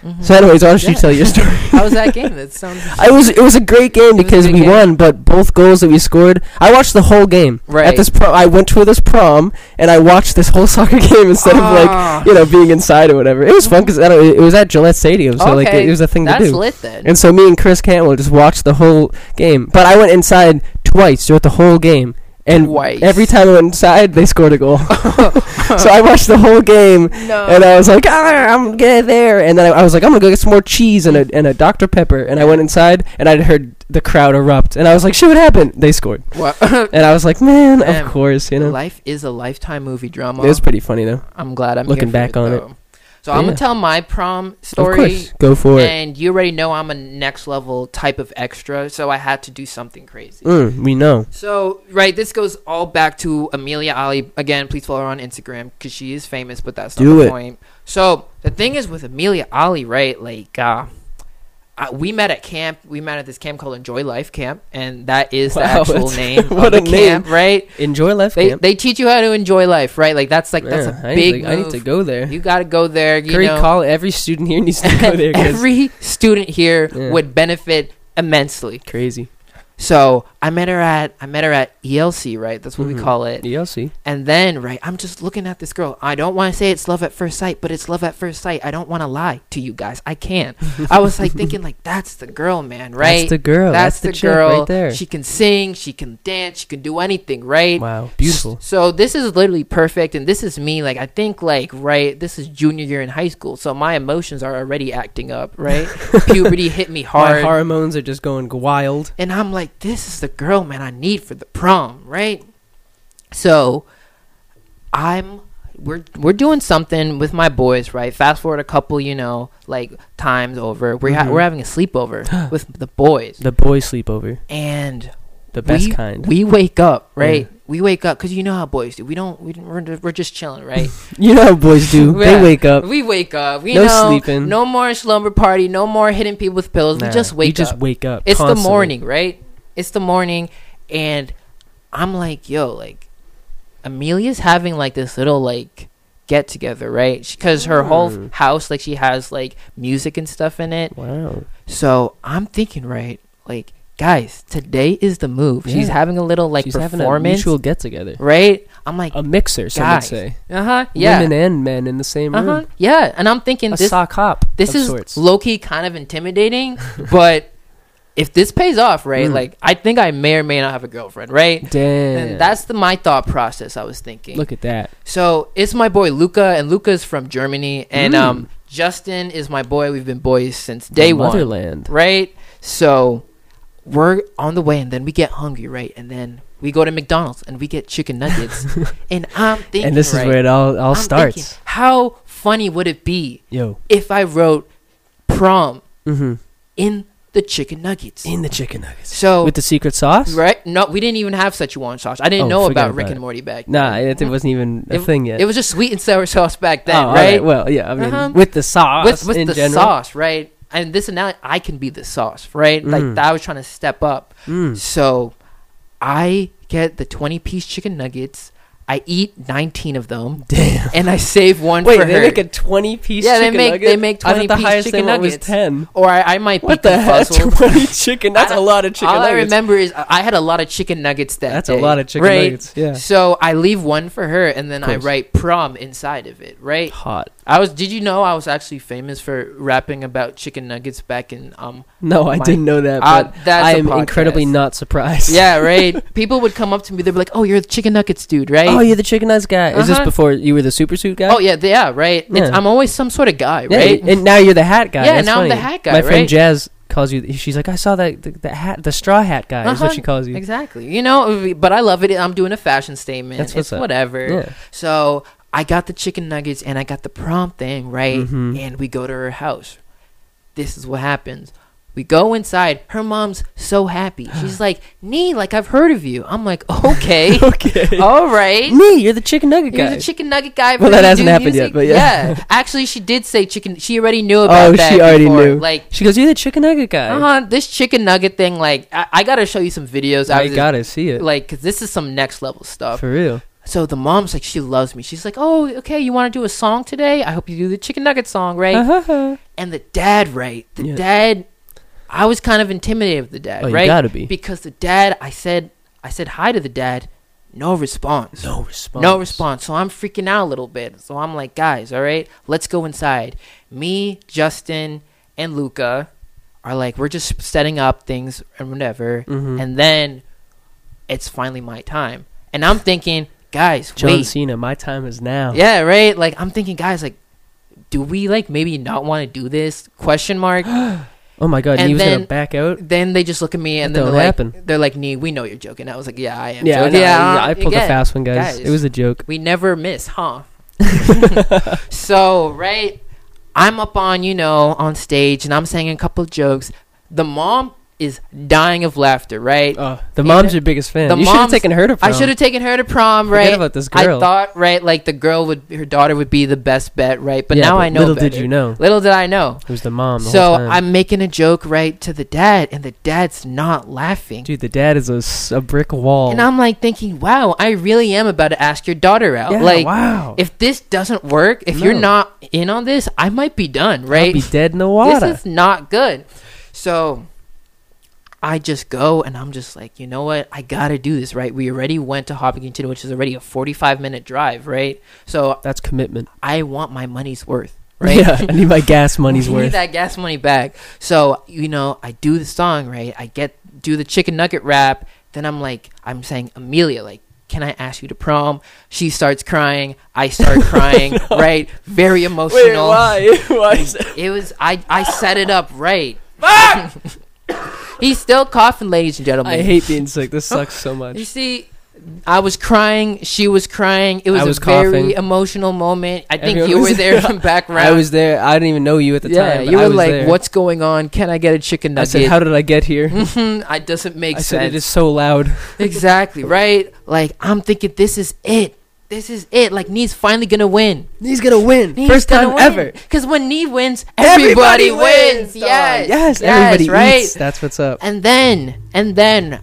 D: Mhm.
A: so anyways why don't you
D: Yeah.
A: tell your
D: <laughs>
A: story
D: How was that game? That sounds
A: <laughs> I was it was a great game
D: was a
A: because
D: good
A: we
D: game.
A: won, but both goals that we scored, I watched the whole game. At
D: Right.
A: this prom, I went to this prom and I watched this whole <laughs> soccer game instead of
D: Ah.
A: like you know being inside or whatever. It was fun because it was at Gillette Stadium, so like it,
D: Okay,
A: it was a thing
D: That's
A: to do.
D: lit then.
A: And so me and Chris Cantwell just watched the whole game, but I went inside twice throughout the whole game. And
D: Twice.
A: every time I went inside, they scored a
D: <laughs>
A: goal. so <laughs> I watched the whole game
D: no.
A: and I was like, ah, I'm get there. And then I, I was like, I'm gonna go get some more cheese and a and a Dr Pepper. And I went inside and I heard the crowd erupt. And I was like, shit, what happened? They scored.
D: What- <laughs>
A: And I was like, man,
D: Man,
A: of course, you know.
D: Life is a lifetime movie drama.
A: It was pretty funny though.
D: I'm glad I'm
A: looking
D: here for
A: back on it.
D: though. So I'm
A: Yeah.
D: gonna tell my prom
A: Of
D: story,
A: course, go for it.
D: and you already know I'm a next level type of extra, so I had to do something crazy.
A: Mm, we know.
D: So right, this goes all back to Amelia Ali again. Please follow her on Instagram because she is famous, but that's not
A: Do
D: the
A: it.
D: point. So the thing is with Amelia Ali, right? Like, uh, I, we met at camp. We met at this camp called Enjoy Life Camp, and that is the
A: Wow,
D: actual
A: that's-
D: name
A: <laughs> what
D: of
A: a
D: the
A: name.
D: camp, right?
A: Enjoy life
D: They
A: camp.
D: they teach you how to enjoy life, right? Like that's like that's
A: Yeah,
D: a
A: I need
D: big.
A: to- I need to
D: move.
A: go there.
D: You gotta go there. You
A: Curry
D: know, <laughs>
A: call every student here needs to go there. 'cause
D: every student here
A: Yeah.
D: would benefit immensely.
A: crazy.
D: So I met her at I met her at ELC, right? That's what
A: Mhm.
D: we call it.
A: DLC.
D: And then, right, I'm just looking at this girl. I don't want to say it's love at first sight, but it's love at first sight. I don't want to lie to you guys. I can't. I was like thinking, like, <laughs> that's the girl, man, right?
A: That's the girl. That's, the, chick right there.
D: She can sing, she can dance, she can do anything, right?
A: wow, beautiful.
D: So this is literally perfect, and this is me. Like I think, like right, this is junior year in high school, so my emotions are already acting up. Right,
A: <laughs>
D: puberty hit me
A: My
D: hard,
A: hormones are just going wild.
D: and I'm like, this is the girl, man, I need for the prom, right? So, I'm we're we're doing something with my boys, right? Fast forward a couple, you know, like times over, we're ha-
A: Mhm.
D: we're having
A: <gasps>
D: a sleepover with the boys,
A: The boy sleepover,
D: and
A: the best
D: we,
A: kind.
D: We wake up, right?
A: Yeah.
D: We wake up because you know how boys do. We don't. We, don't- we're, we're just chilling, right?
A: <laughs> you know how boys
D: <laughs>
A: do.
D: Yeah.
A: They wake up.
D: We wake up. We
A: No
D: know,
A: sleeping.
D: No more slumber party. No more hitting people with pillows.
A: Nah,
D: we just wake
A: You just
D: up.
A: wake up.
D: it's the
A: constantly.
D: morning, right? It's the morning, and I'm like, yo, like Amelia's having like this little like get together, right? Because her whole
A: Mm.
D: house, like, she has like music and stuff in it.
A: Wow.
D: So I'm thinking, right, like, guys, today is the move. She's
A: Yeah.
D: having a little like
A: She's having a
D: performance,
A: mutual get together.
D: right? I'm like,
A: A mixer, some would
D: guys,
A: say.
D: uh huh, yeah,
A: Women and men in the same
D: uh huh,
A: room.
D: yeah. And I'm thinking
A: A
D: this
A: sock hop.
D: this
A: of
D: is
A: sorts.
D: low key kind of intimidating, but if this pays off, right?
A: Mm.
D: Like I think I may or may not have a girlfriend, right?
A: Damn.
D: And that's the my thought process I was thinking.
A: Look at that.
D: So it's my boy Luca, and Luca's from Germany, and
A: Mm.
D: um, Justin is my boy. We've been boys since day
A: The
D: one,
A: Motherland.
D: right? So we're on the way, and then we get hungry, right? And then we go to McDonald's and we get
A: <laughs>
D: chicken nuggets, and I'm thinking,
A: and this is
D: right,
A: where it all all
D: I'm
A: starts.
D: thinking, how funny would it be
A: Yo.
D: if I wrote prom
A: Mm-hmm.
D: in the chicken nuggets.
A: in the chicken nuggets
D: So
A: with the secret sauce.
D: right? No, we didn't even have Szechuan sauce. I didn't
A: Oh,
D: know
A: forget
D: about
A: about
D: Rick
A: it.
D: and Morty back. then.
A: Nah, it, it wasn't even a
D: It-
A: thing yet.
D: It was just sweet and sour <laughs> sauce back
A: Oh,
D: then,
A: all
D: right?
A: Well, yeah. I mean,
D: Uh-huh.
A: with the sauce
D: With, with
A: in
D: the
A: general.
D: sauce, right? And this and that, I can be the sauce, right?
A: Mm.
D: Like that, I was trying to step up.
A: Mm.
D: So I get the 20 piece chicken nuggets. I eat 19
A: <laughs>
D: of them
A: Damn.
D: and I save one
A: Wait,
D: for
A: they
D: her.
A: make a twenty-piece.
D: Yeah, they
A: chicken
D: make-
A: nugget?
D: they make
A: I thought the
D: 20-piece
A: highest
D: chicken
A: they went was
D: nuggets.
A: ten.
D: or I, I might
A: What
D: be
A: the heck? <laughs>
D: confuzzled.
A: Twenty chicken. That's a lot of chicken
D: All I
A: nuggets.
D: remember is I I had a lot of chicken nuggets that
A: That's a
D: day,
A: lot of chicken
D: right?
A: nuggets. Yeah.
D: So I leave one for her and then
A: Of
D: I
A: course.
D: write prom inside of it, right?
A: Hot.
D: I was did you know I was actually famous for rapping about chicken nuggets back in um
A: No, I
D: My-
A: didn't know that.
D: Uh,
A: But
D: that's
A: I
D: a
A: am incredibly
D: podcast.
A: not surprised.
D: Yeah, right. <laughs> People would come up to me, they'd be like, Oh, you're the chicken nuggets dude,
A: <laughs>
D: right?
A: Oh, you're the chicken nuggets guy. Is this
D: Uh-huh.
A: before you were the super suit guy?
D: Oh yeah, they are, right? It's,
A: Yeah.
D: I'm always some sort of guy,
A: Yeah,
D: right?
A: And now you're the hat guy.
D: Yeah,
A: That's
D: now I'm the
A: funny.
D: hat guy,
A: My friend
D: right?
A: Jazz calls you. She's like, I saw that the, the hat, the straw hat guy is what
D: Uh-huh,
A: she calls you.
D: Exactly. You know, but I love it. I'm doing a fashion statement.
A: That's what's
D: it's
A: up.
D: whatever.
A: Yeah.
D: So I got the chicken nuggets and I got the prom thing, right?
A: Mhm.
D: And we go to her house. This is what happens. We go inside. Her mom's so
A: <gasps>
D: happy. She's like, Nee, like I've heard of you. I'm like, okay.
A: <laughs> okay.
D: All right.
A: Me, you're the chicken nugget
D: Oh, You're
A: guy.
D: the chicken nugget guy.
A: Well,
D: but
A: that
D: you
A: hasn't
D: do
A: happened yet,
D: music?
A: but yeah. <laughs>
D: Actually, she did say chicken. She already knew about
A: oh,
D: that.
A: she already
D: before.
A: knew.
D: Like,
A: she goes, you're the chicken nugget guy.
D: uh-huh, this chicken nugget thing, like, I, I gotta show you some videos.
A: I
D: was-
A: gotta see it
D: like because this is some next level stuff
A: for real.
D: so the mom's like she loves me she's like oh okay you want to do a song today i hope you do the chicken nugget song right and the dad right the
A: Uh-huh. Yeah.
D: dad i was kind of intimidated with the dad
A: Oh, you
D: right
A: gotta be.
D: because the dad i said i said hi to the dad no response
A: No response.
D: no response. So I'm freaking out a little bit. So I'm like, guys, all right, let's go inside. Me, Justin, and Luca are like, we're just setting up things and whatever.
A: Mhm.
D: And then it's finally my time. And I'm thinking, guys,
A: John
D: wait.
A: Cena, my time is now.
D: Yeah, right? Like, I'm thinking, guys, like, do we like maybe not want to do this?
A: <gasps>
D: Question mark.
A: Oh my god, and
D: And
A: he was
D: then-
A: gonna back out.
D: then they just look at me and
A: That
D: then they're
A: don't
D: like,
A: happen.
D: they're like, "Nee, we know you're joking." I was like, "Yeah, I am."
A: Yeah, I
D: joking.
A: know.
D: yeah. uh,
A: I pulled a
D: again."
A: fast one, guys.
D: Guys.
A: It was a joke.
D: We never
A: <laughs>
D: miss, huh? <laughs> so, right, I'm up on, you know, on stage and I'm saying a couple of jokes. The mom is dying of laughter, right?
A: Oh, the
D: You
A: mom's
D: know-
A: your biggest fan.
D: the
A: you should have
D: mom's-
A: taken her to prom.
D: I should have taken her to prom,
A: Forget
D: right?
A: about this girl.
D: I thought, right, like the girl would, her daughter would be the best bet, right? But
A: Yeah,
D: now
A: but
D: I know.
A: Little did
D: better.
A: you know,
D: Little did I know.
A: it was the mom. The
D: so
A: whole time.
D: I'm making a joke, right, to the dad, and the dad's not laughing.
A: Dude, the dad is a, s- a brick wall.
D: And I'm like thinking, wow, I really am about to ask your daughter out.
A: Yeah,
D: like,
A: wow.
D: if this doesn't work, if you're
A: No.
D: not in on this, I might be done, right?
A: be dead in the water.
D: This is not good. So I just go and I'm just like, you know what? I gotta do this, right? We already went to Hopkinton, which is already a 45 minute drive, right? So
A: That's
D: <laughs>
A: commitment,
D: I want my money's worth, right? <laughs>
A: Yeah, I need my gas money's
D: You Need
A: worth.
D: that gas money back. So you know, I do the song right. I get do the chicken nugget rap. Then I'm like, I'm saying Amelia, like, can I ask you to prom? She starts crying.
A: <laughs>
D: I start crying. Right, very emotional.
A: why <laughs> is
D: <laughs>
A: that?
D: It was I. I set it up right. <laughs> He's still coughing, ladies and gentlemen.
A: I hate being sick. This sucks so much.
D: <laughs> You see, I was crying. She was crying. It was,
A: I was
D: a very
A: coughing.
D: emotional moment. I think
A: Everyone
D: you
A: was
D: were there
A: there. <laughs>
D: in the background.
A: I was there. I didn't even know you at the
D: yeah,
A: time. but
D: you
A: I
D: were
A: was
D: like,
A: there.
D: "What's going on? Can I get a chicken
A: I
D: nugget?"
A: said, "How did I get
D: <laughs>
A: here?"
D: Mhm, it doesn't make
A: I said,
D: sense.
A: "It is so loud."
D: exactly right. Like I'm thinking, this is it. This is it. Like Nee's finally gonna win.
A: He's gonna win.
D: Nee's
A: First
D: gonna
A: time
D: win.
A: ever.
D: Because when Nee wins, everybody, wins.
A: dog.
D: Yes,
A: yes, everybody
D: right.
A: eats. That's what's up.
D: And then, and then.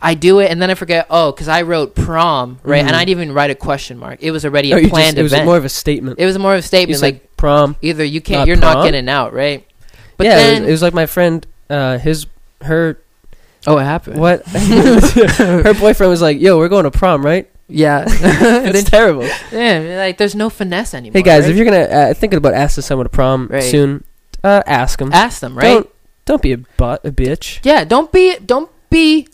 D: I do it and then I forget. Oh, because I wrote prom right,
A: Mhm.
D: and I didn't even write a question mark. It was already
A: No,
D: a
A: Oh, you
D: planned
A: just- it was
D: event.
A: more of a statement.
D: it was more of a
A: You
D: statement
A: said
D: like
A: prom.
D: either you can't,
A: not
D: you're
A: prom?
D: not getting out, right? But
A: yeah, it,
D: then
A: was, it was like my friend. Uh, his her
D: oh, it happened.
A: what?
D: <laughs>
A: her boyfriend was like, "Yo, we're going to prom, right?" <laughs>
D: Yeah, <laughs>
A: It's terrible.
D: Yeah, like there's no finesse anymore.
A: Hey guys,
D: right?
A: if you're gonna uh, thinking about asking someone to prom
D: Right.
A: soon, uh, ask them.
D: ask them, right?
A: Don't, don't be a, butt, a bitch.
D: yeah, don't be don't be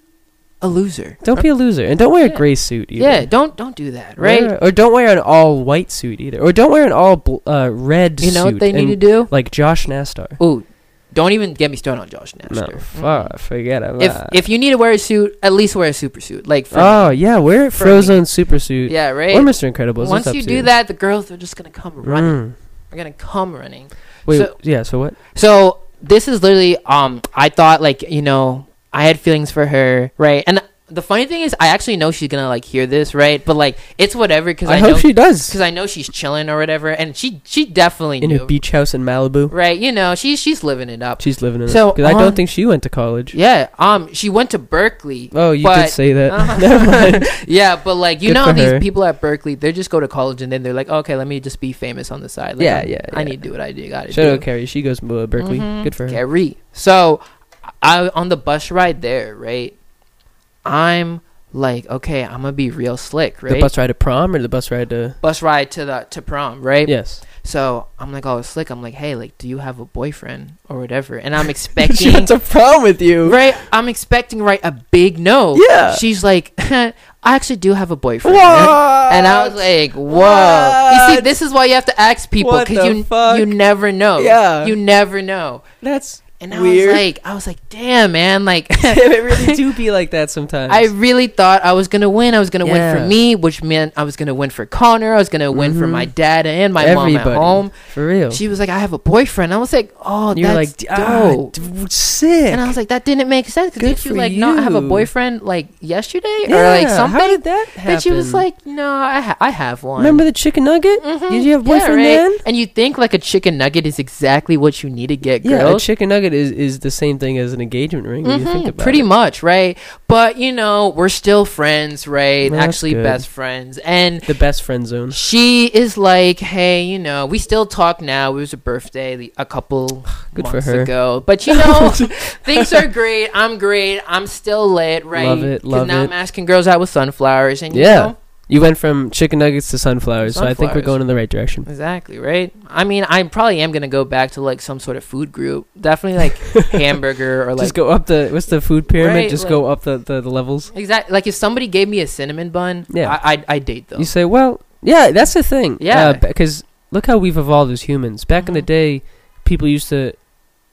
D: a loser.
A: Don't be a loser, and don't wear a
D: Yeah.
A: gray suit either.
D: Yeah, don't don't do that, right?
A: Wear- or don't wear an all white suit either, or don't wear an all bl- uh, red.
D: You know what
A: suit
D: they need
A: and-
D: to do?
A: like Josh Nastar.
D: Ooh, don't even get me started on Josh
A: No,
D: Naster.
A: fuck, forget about.
D: If if you need to wear a suit, at least wear a super suit. Like for
A: oh yeah, wear a
D: For me.
A: Frozone super suit
D: yeah, right.
A: or Mr. Incredible.
D: Once you do that, the girls are just gonna come
A: Mm.
D: running. They're gonna come running.
A: Wait,
D: So-
A: yeah. So what?
D: So this is literally um I thought like, you know, I had feelings for her, right? And the funny thing is I actually know she's going to like hear this, right? But like it's whatever cuz
A: I,
D: I,
A: hope
D: know
A: she does.
D: cuz I know she's chilling or whatever and she she definitely
A: In
D: knew.
A: her beach house in Malibu,
D: right? You know, she's she's living it up.
A: she's living in
D: So,
A: so, Because I don't
D: um,
A: think she went to college.
D: Yeah. Um. She went to Berkeley.
A: Oh, you
D: but-
A: did say that.
D: <laughs> Uh-huh.
A: <laughs> Never
D: <laughs>
A: mind.
D: yeah, but like you
A: Good
D: know,
A: for
D: these
A: her.
D: people at Berkeley, they just go to college and then they're like, okay, let me just be famous on the side. Like,
A: Yeah,
D: I'm-
A: yeah,
D: I
A: yeah.
D: need to do what I do. Got to
A: Shout
D: do.
A: out Carrie. She goes to uh, Berkeley. Good for her.
D: Mm-hmm. Carrie. So, I on the bus ride there, right? I'm like, okay, I'm gonna be real slick, right?
A: The bus ride to prom or the bus ride to.
D: bus ride to the to prom, right?
A: Yes.
D: So I'm like, oh, slick. I'm like, hey, like, do you have a boyfriend or whatever?
A: <laughs>
D: And I'm
A: she
D: expecting
A: went to prom with you.
D: Right, I'm expecting right a big no.
A: Yeah.
D: she's like, <laughs> I actually do have a boyfriend,
A: What?
D: and I was like, whoa. You see,
A: What?
D: this is why you have to ask people
A: What
D: because
A: the
D: you
A: fuck?
D: you never know.
A: Yeah.
D: oh, you never know.
A: <laughs>
D: <laughs>
A: That's <laughs>
D: And I
A: weird.
D: was like, I was like, damn, man, like.
A: <laughs> it
D: <laughs>
A: really do be like that sometimes.
D: I really thought I was gonna win. I was gonna win
A: Yeah.
D: for me, which meant I was gonna win for Connor. I was gonna win for
A: Mhm.
D: my dad and my mom at home.
A: for real.
D: She was like, "I have a boyfriend." I was like, "Oh,
A: You're
D: that's
A: like,
D: dope."
A: oh, d- sick.
D: And I was like, that didn't make sense. 'cause
A: Good
D: Didn't you
A: for
D: like not have a
A: you.
D: boyfriend like yesterday
A: yeah,
D: or like something?
A: How did that happen?
D: But she was like, no, I ha- I have one.
A: remember the chicken nugget?
D: Mhm.
A: Did you have a
D: Yeah,
A: boyfriend
D: right?
A: then?
D: And you think like a chicken nugget is exactly what you need to get
A: Yeah, a
D: girls?
A: chicken nugget is, is the same thing as an engagement ring. when you think
D: Mhm,
A: about
D: pretty
A: it.
D: much, right? But you know, we're still friends, right?
A: Well, that's
D: Actually,
A: good.
D: best friends. And
A: the best friend zone.
D: she is like, hey, you know, we still talk now. It was a birthday the- a couple
A: <sighs> Good for
D: months
A: her.
D: ago,
A: <laughs>
D: but you know, things are great. I'm great. I'm still lit, right?
A: Love it,
D: 'Cause
A: love
D: now
A: it.
D: I'm asking girls out with sunflowers, and you
A: Yeah.
D: know,
A: You went from chicken nuggets to sunflowers, so I think we're
D: Sunflowers.
A: going in the right direction.
D: exactly, right? I mean, I probably am gonna go back to like some sort of food group, definitely
A: <laughs>
D: like hamburger or like.
A: just go up the what's the food pyramid?
D: Right,
A: just
D: like-
A: go up the, the, the levels.
D: Exactly, like if somebody gave me a cinnamon bun,
A: Yeah.
D: I I'd, I'd date them.
A: You say, well, yeah, that's the thing.
D: Yeah.
A: because look how we've evolved as humans. Back in the
D: Mhm.
A: day, people used to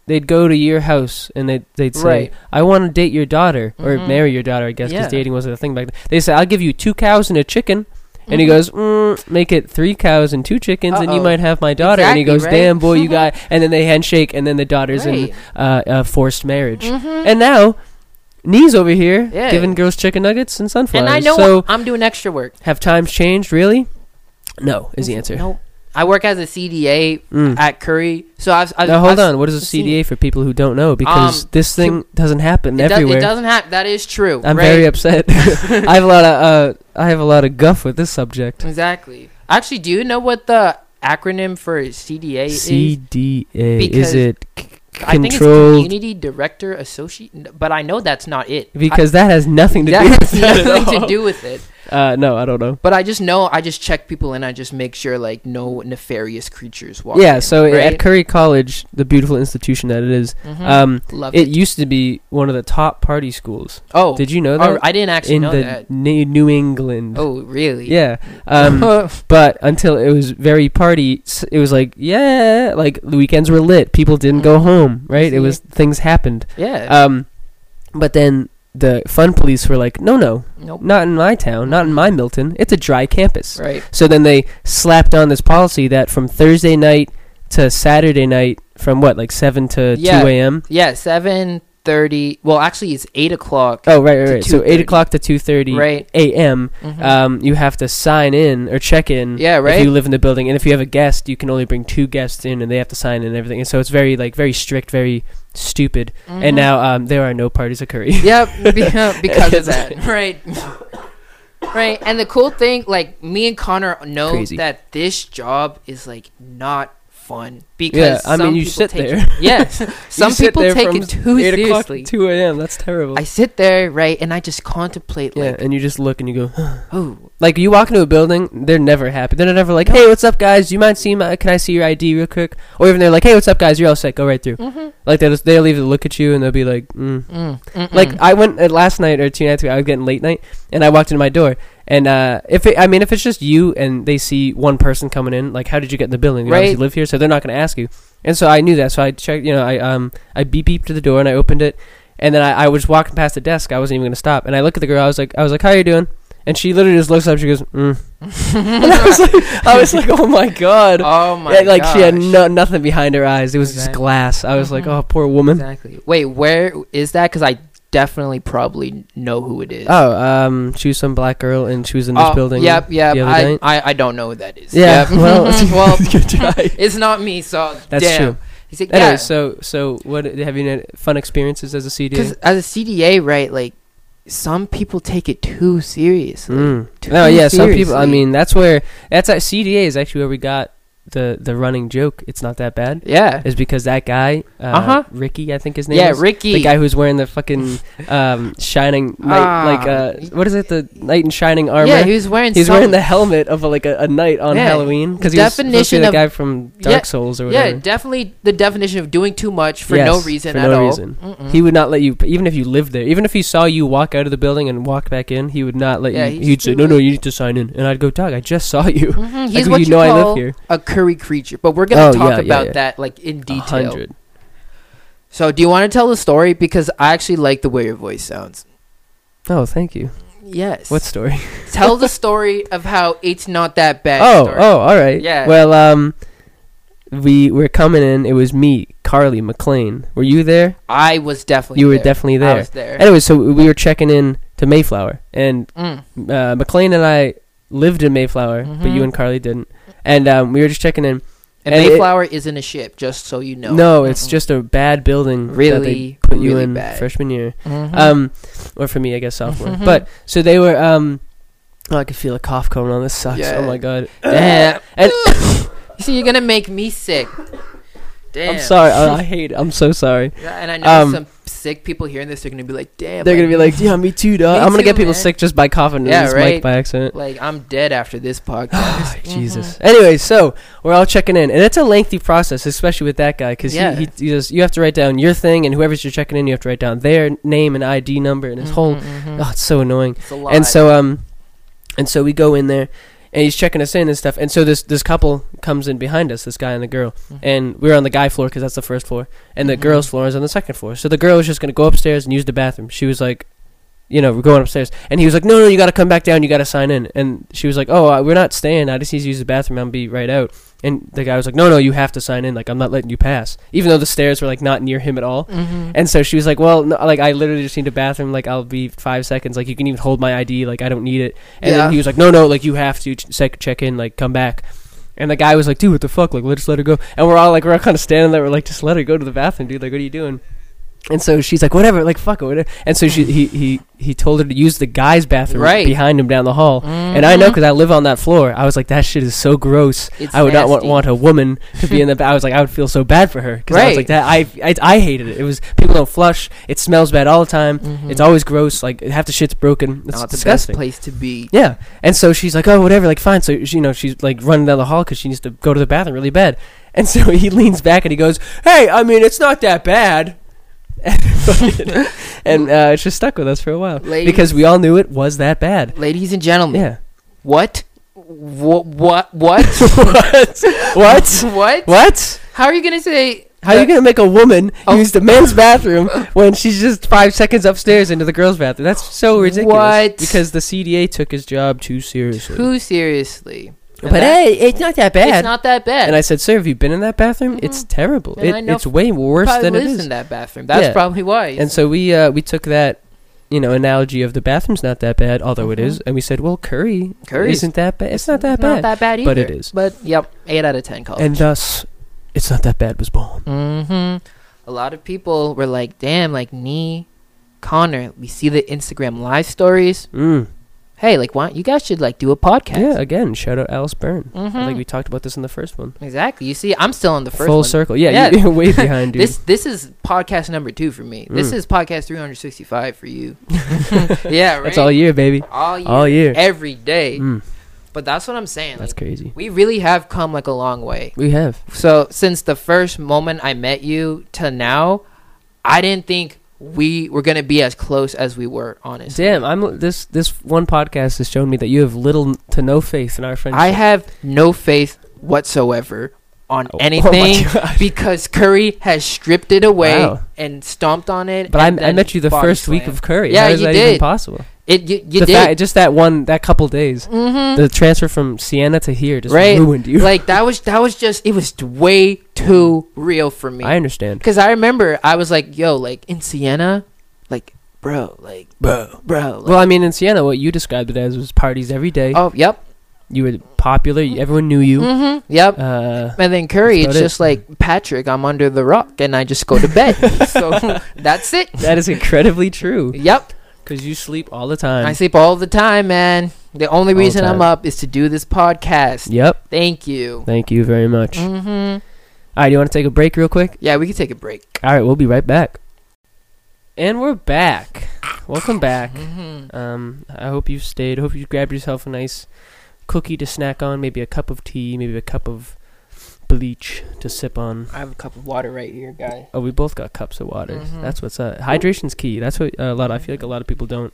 A: they'd go to your house and they'd they'd say,
D: Right.
A: "I want to date your daughter or
D: Mhm.
A: marry your daughter." I guess because
D: Yeah.
A: dating wasn't a thing back then. They say, "I'll give you two cows and a chicken." And he
D: Mhm.
A: goes, mm, make it three cows and two chickens, and you
D: Uh-oh.
A: might have my daughter. and he
D: Exactly,
A: goes,
D: right?
A: damn boy, you
D: <laughs>
A: got. And then they handshake, and then the daughter's
D: Right.
A: in uh, uh, forced marriage.
D: Mhm.
A: And now, knees over here
D: Yeah.
A: giving girls chicken nuggets and sunflowers.
D: and I know
A: so,
D: I'm doing extra work.
A: have times changed, really? No, is the answer.
D: Nope. I work as a CDA
A: Mm.
D: at Curry, so I've. I've
A: Now, hold
D: I've-
A: on. What is a
D: I've seen
A: CDA for people who don't know? Because
D: Um,
A: this thing doesn't happen
D: It, does,
A: everywhere.
D: it doesn't happen. That is true.
A: I'm
D: right?
A: very upset. <laughs>
D: <laughs>
A: I have a lot of uh, I have a lot of guff with this subject.
D: Exactly. Actually, do you know what the acronym for CDA is?
A: CDA is
D: Because
A: it c-
D: I think it's
A: controlled?
D: Community Director Associate, but I know that's not it. <laughs>
A: Because that has nothing to
D: I, <laughs>
A: do
D: that
A: with
D: has
A: that at
D: nothing to
A: all.
D: do with it.
A: Uh, no, I don't know.
D: But I just know I just check people and I just make sure like no nefarious creatures walk.
A: yeah,
D: in,
A: so i-
D: right?
A: at Curry College, the beautiful institution that it is,
D: Mhm.
A: um,
D: love
A: it
D: it.
A: used to be one of the top party schools.
D: Oh,
A: Did you know
D: oh,
A: that?
D: I didn't actually
A: in
D: know
A: the
D: that.
A: New New England.
D: Oh, really?
A: Yeah. Um, but until it was very party, s- it was like, yeah, like the weekends were lit. People didn't go home, right? It was things happened.
D: <laughs> Mm. yeah.
A: Um, but then the fun police were like, no, no,
D: nope.
A: not in my town, not in my Milton. It's a dry campus.
D: Right.
A: So then they slapped on this policy that from Thursday night to Saturday night, from what, like 7 to
D: Yeah.
A: 2 a.m.?
D: Yeah, seven thirty. Well, actually, it's eight o'clock.
A: Oh, right, right,
D: To
A: right. So 8
D: 2:30.
A: o'clock to 2.30
D: Right.
A: a.m.
D: Mhm.
A: um, you have to sign in or check in.
D: Yeah, right.
A: If you live in the building, and if you have a guest, you can only bring two guests in, and they have to sign in and everything. And so it's very like very strict, very stupid.
D: Mhm.
A: And now um, there are no parties at <laughs> Curry.
D: <laughs> Yep, be- uh, because
A: <laughs>
D: of that. Right. Right. And the cool thing, like me and Connor know
A: Crazy.
D: that this job is like not fun because
A: Yeah, I
D: some
A: mean, <laughs> you
D: people
A: sit
D: take
A: there.
D: It, yes. Some
A: You sit
D: people
A: there
D: take
A: from
D: it too
A: 8 o'clock
D: seriously.
A: to Two a.m. That's terrible.
D: I sit there, right, and I just contemplate
A: yeah,
D: like,
A: and you just look and you go,
D: oh,
A: like you walk into a building, they're never happy. They're never like, "Hey, what's up, guys? Do you mind seeing? My, can I see your ID real quick?" Or even they're like, "Hey, what's up, guys? You're all set. Go right through." Like they'll just, they'll even look at you and they'll be like, mm,
D: mm, mm-mm.
A: Like I went uh, last night or two nights ago. I was getting late night, and I walked into my door. And uh, if it, I mean, if it's just you and they see one person coming in, like, how did you get in the building? You obviously
D: Right.
A: live here, so they're not going to ask you. And so I knew that. So I checked. You know, I um, I beep beeped to the door and I opened it, and then I, I was walking past the desk. I wasn't even going to stop. And I looked at the girl. I was like, I was like, how you doing? And she literally just looks up. She goes, mm.
D: <laughs>
A: and I <laughs> was like, I was like, oh my god.
D: Oh my
A: Yeah, like she had
D: gosh.
A: no, nothing behind her eyes. It was just
D: Exactly.
A: glass. I was like,
D: Mhm.
A: oh, poor woman.
D: Exactly. Wait, where is that? Because I definitely probably know who it is.
A: Oh, um, she was some black girl, and she was in this
D: Oh,
A: building.
D: Yep, yep.
A: the other
D: I,
A: night.
D: <laughs> I, I don't know who that is.
A: Yeah,
D: Yep.
A: <laughs> well,
D: <laughs> well,
A: good try.
D: <laughs> it's not me, so
A: That's
D: damn.
A: true.
D: He's like,
A: Anyway,
D: yeah.
A: so so what have you had fun experiences as a
D: Because
A: CDA?
D: as a CDA, right, like some people take it too seriously.
A: Mm.
D: Too
A: No, yeah, some people. I
D: seriously.
A: mean, that's where that's at CDA is actually where we got the the running joke. It's not that bad.
D: yeah,
A: Is because that guy, uh,
D: Uh-huh.
A: Ricky, I think his name.
D: yeah,
A: is,
D: Ricky.
A: the guy who's wearing the
D: <laughs>
A: fucking um, shining knight,
D: Ah.
A: like uh, what is it? The knight in shining armor.
D: Yeah, he was wearing.
A: He's
D: some,
A: wearing the helmet of a, like a, a knight on
D: Yeah,
A: Halloween because he's supposed to be
D: definition
A: the
D: of-
A: guy from Dark
D: Yeah,
A: Souls or
D: Yeah,
A: whatever.
D: definitely the definition of doing too much for no
A: Yes,
D: reason
A: for
D: at
A: no
D: all.
A: reason.
D: Mm-mm.
A: He would not let you, even if you lived there, even if he saw you walk out of the building and walk back in, he would not let
D: Yeah,
A: you.
D: he's
A: He'd say,
D: too
A: "No, no,
D: like-
A: you need to sign in." And I'd go, "Dog, I just saw
D: <laughs>
A: you.
D: Mhm,
A: like,
D: He's what
A: you
D: you,
A: know
D: call
A: I live here."
D: a curry creature, but we're gonna
A: Oh,
D: talk
A: yeah, yeah,
D: about
A: yeah.
D: that like in
A: A
D: detail.
A: hundred.
D: So, do you want to tell the story? Because I actually like the way your voice sounds.
A: Oh, thank you.
D: Yes.
A: What story? <laughs>
D: tell the story of how it's not that bad?
A: oh,
D: story.
A: oh, all right.
D: Yeah.
A: Well, um, we were coming in. It was me, Carly McLean. Were you there?
D: I was definitely.
A: you were
D: there.
A: definitely there.
D: I was there.
A: Anyway, so we were checking in to Mayflower, and
D: Mm.
A: uh, McLean and I lived in Mayflower, but
D: Mhm.
A: you and Carly didn't. And um, we were just checking in.
D: And,
A: And it-
D: Mayflower is isn't a ship, just so you know.
A: No, it's
D: Mm-mm.
A: just a bad building. that they
D: Really,
A: put you
D: really
A: in
D: bad.
A: freshman year,
D: Mhm.
A: um, or for me, I guess sophomore.
D: Mhm.
A: But so they were. Um, oh, I could feel a cough coming on. This sucks. Oh
D: Yeah.
A: my
D: <laughs>
A: god.
D: Damn.
A: And-
D: See, you're gonna make
A: <laughs>
D: me sick. Damn.
A: I'm sorry. I, I hate. It. I'm so sorry.
D: Yeah, And I know
A: Um,
D: some sick people hearing this are gonna be like, "Damn."
A: They're gonna be like,
D: <laughs>
A: yeah, me too, dog.
D: Me
A: I'm gonna
D: too,
A: get people
D: man.
A: sick just by coughing into
D: Yeah,
A: this mic
D: right.
A: by accident.
D: like I'm dead after
A: <gasps>
D: this podcast." Mm-hmm.
A: Jesus. Anyway, so we're all checking in, and it's a lengthy process, especially with that guy, because
D: Yeah.
A: he, he, he does, you have to write down your thing, and whoever's you're checking in, you have to write down their name and ID number, and his whole.
D: Mm-hmm.
A: Oh, it's so annoying.
D: It's a lot.
A: And so um, and so we go in there, and he's checking us in and stuff. And so this this couple comes in behind us, this guy and the girl,
D: Mhm.
A: and we're on the guy floor because that's the first floor, and the
D: Mhm.
A: girl's floor is on the second floor. So the girl was just gonna go upstairs and use the bathroom. She was like. You know, we're going upstairs, and he was like, "No, no, you got to come back down. You got to sign in." And she was like, "Oh, uh, we're not staying. I just need to use the bathroom. I'll be right out." And the guy was like, "No, no, you have to sign in. Like, I'm not letting you pass, even though the stairs were like not near him at all."
D: Mhm.
A: And so she was like, "Well, no, like I literally just need a bathroom. Like I'll be five seconds. Like you can even hold my ID. Like I don't need it." And
D: Yeah.
A: then he was like, "No, no, like you have to ch- sec- check in. Like come back." And the guy was like, "Dude, what the fuck? Like let's let her go." And we're all like, we're all kind of standing there. We're like, "Just let her go to the bathroom, dude. Like what are you doing?" And so she's like, "Whatever. Like fuck it, whatever." And so she he he he told her to use the guy's bathroom
D: Right. Mm-hmm.
A: behind him down the hall. And I know because I live on that floor. I was like, that shit is so gross.
D: It's
A: I would not want,
D: nasty.
A: want a woman to be in the. ba- I was like, I would feel so bad for her because I was
D: Right.
A: like that. I, I I hated it. It was people don't flush. It smells bad all the time. It's always gross. Like half the shit's broken. It's
D: Mm-hmm. not the best
A: disgusting.
D: place to be.
A: Yeah, and so she's like, oh, whatever, like fine. So she- you know, she's like running down the hall because she needs to go to the bathroom really bad. And so he <laughs> leans back and he goes, hey, I mean, it's not that bad. <laughs>
D: <laughs>
A: And, fucking- and uh, it's just stuck with us for a while because
D: Ladies.
A: we all knew it was that bad.
D: Ladies and gentlemen,
A: Yeah. <laughs>
D: what? What? What? What?
A: what? What?
D: what?
A: What?
D: How are you gonna say? uh,
A: How are you gonna make a woman
D: Oh.
A: use the men's
D: <laughs>
A: bathroom when she's just five seconds upstairs into the girls' bathroom? That's so ridiculous.
D: What?
A: Because the CDA took his job too seriously.
D: Who seriously?
A: but hey, it's not that bad.
D: it's not that bad.
A: and I said, sir, have you been in that bathroom? It's terrible.
D: And
A: It-
D: I know
A: it's way worse
D: probably
A: than it
D: lives
A: is.
D: in that bathroom. That's
A: Yeah.
D: probably why.
A: And so we uh, we took that you know analogy of the bathroom's not that bad, although it is, and we said, well, curry,
D: Curry's-
A: isn't that bad. It's not that
D: Mm-hmm. not
A: bad.
D: that bad either.
A: but it is.
D: But yep, eight out of ten college.
A: and thus, it's not that bad was born.
D: hmm A lot of people were like, "Damn, like Nee, Connor." We see the Instagram live stories.
A: Mm.
D: Hey, like, why you guys should like do a
A: Yeah,
D: podcast?
A: again, shout out Alice Byrne. I
D: Mhm.
A: think we talked about this in the first one.
D: exactly. You see, I'm still on the first
A: Full
D: one.
A: circle. Yeah, you're <laughs> way
D: <laughs>
A: behind, dude.
D: this this is podcast number two for me. This
A: Mm.
D: is podcast 365 for
A: <laughs>
D: you. yeah, right.
A: That's all year, baby.
D: all year,
A: All year.
D: every day.
A: Mm,
D: But that's what I'm saying.
A: that's
D: like,
A: crazy.
D: we really have come like a long way.
A: We have.
D: So since the first moment I met you to now, I didn't think we were gonna be as close as we were. Honestly,
A: Damn, I'm this this one podcast has shown me that you have little to no faith in our friendship.
D: I have no faith whatsoever on
A: Oh, <laughs> oh my
D: anything
A: gosh.
D: because Curry has stripped it away
A: Wow.
D: and stomped on it.
A: but I,
D: and
A: I
D: then
A: met you the
D: body
A: first week
D: slammed.
A: of Curry.
D: Yeah,
A: How is
D: you
A: that even
D: did.
A: possible?
D: It you, you
A: the
D: did
A: fact, just that one, that couple days,
D: Mhm.
A: the transfer from Sienna to here just
D: right?
A: ruined you.
D: Like that was that was just it was way too real for me.
A: I understand,
D: Because I remember I was like, yo, like in Siena, like bro, like
A: bro.
D: bro, like,
A: Well, I mean, in Sienna, what you described it as was parties every day.
D: oh yep,
A: You were popular. you- Everyone knew you.
D: mm-hmm, yep.
A: Uh,
D: and then Curry,
A: that's
D: it's
A: about it.
D: just like Patrick. I'm under the rock, and I just go
A: <laughs>
D: to bed. so that's it.
A: that is incredibly
D: <laughs>
A: true
D: Yep,
A: because you sleep all the time.
D: I sleep all the time, man. The only
A: All the
D: reason I'm
A: time.
D: up is to do this podcast.
A: Yep.
D: Thank you.
A: Thank you very much. All
D: hmm
A: right, you want to take a break real quick?
D: Yeah, we can take a break.
A: All right, we'll be right back. And we're back. Welcome back.
D: hmm
A: Um, I hope you stayed. Hope you grabbed yourself a nice cookie to snack on, maybe a cup of tea, maybe a cup of bleach to sip on.
D: I have a cup of water right here, guy.
A: Oh, we both got cups of water.
D: Mhm.
A: That's what's up. Hydration's key. That's what uh, a lot. I feel like a lot of people don't.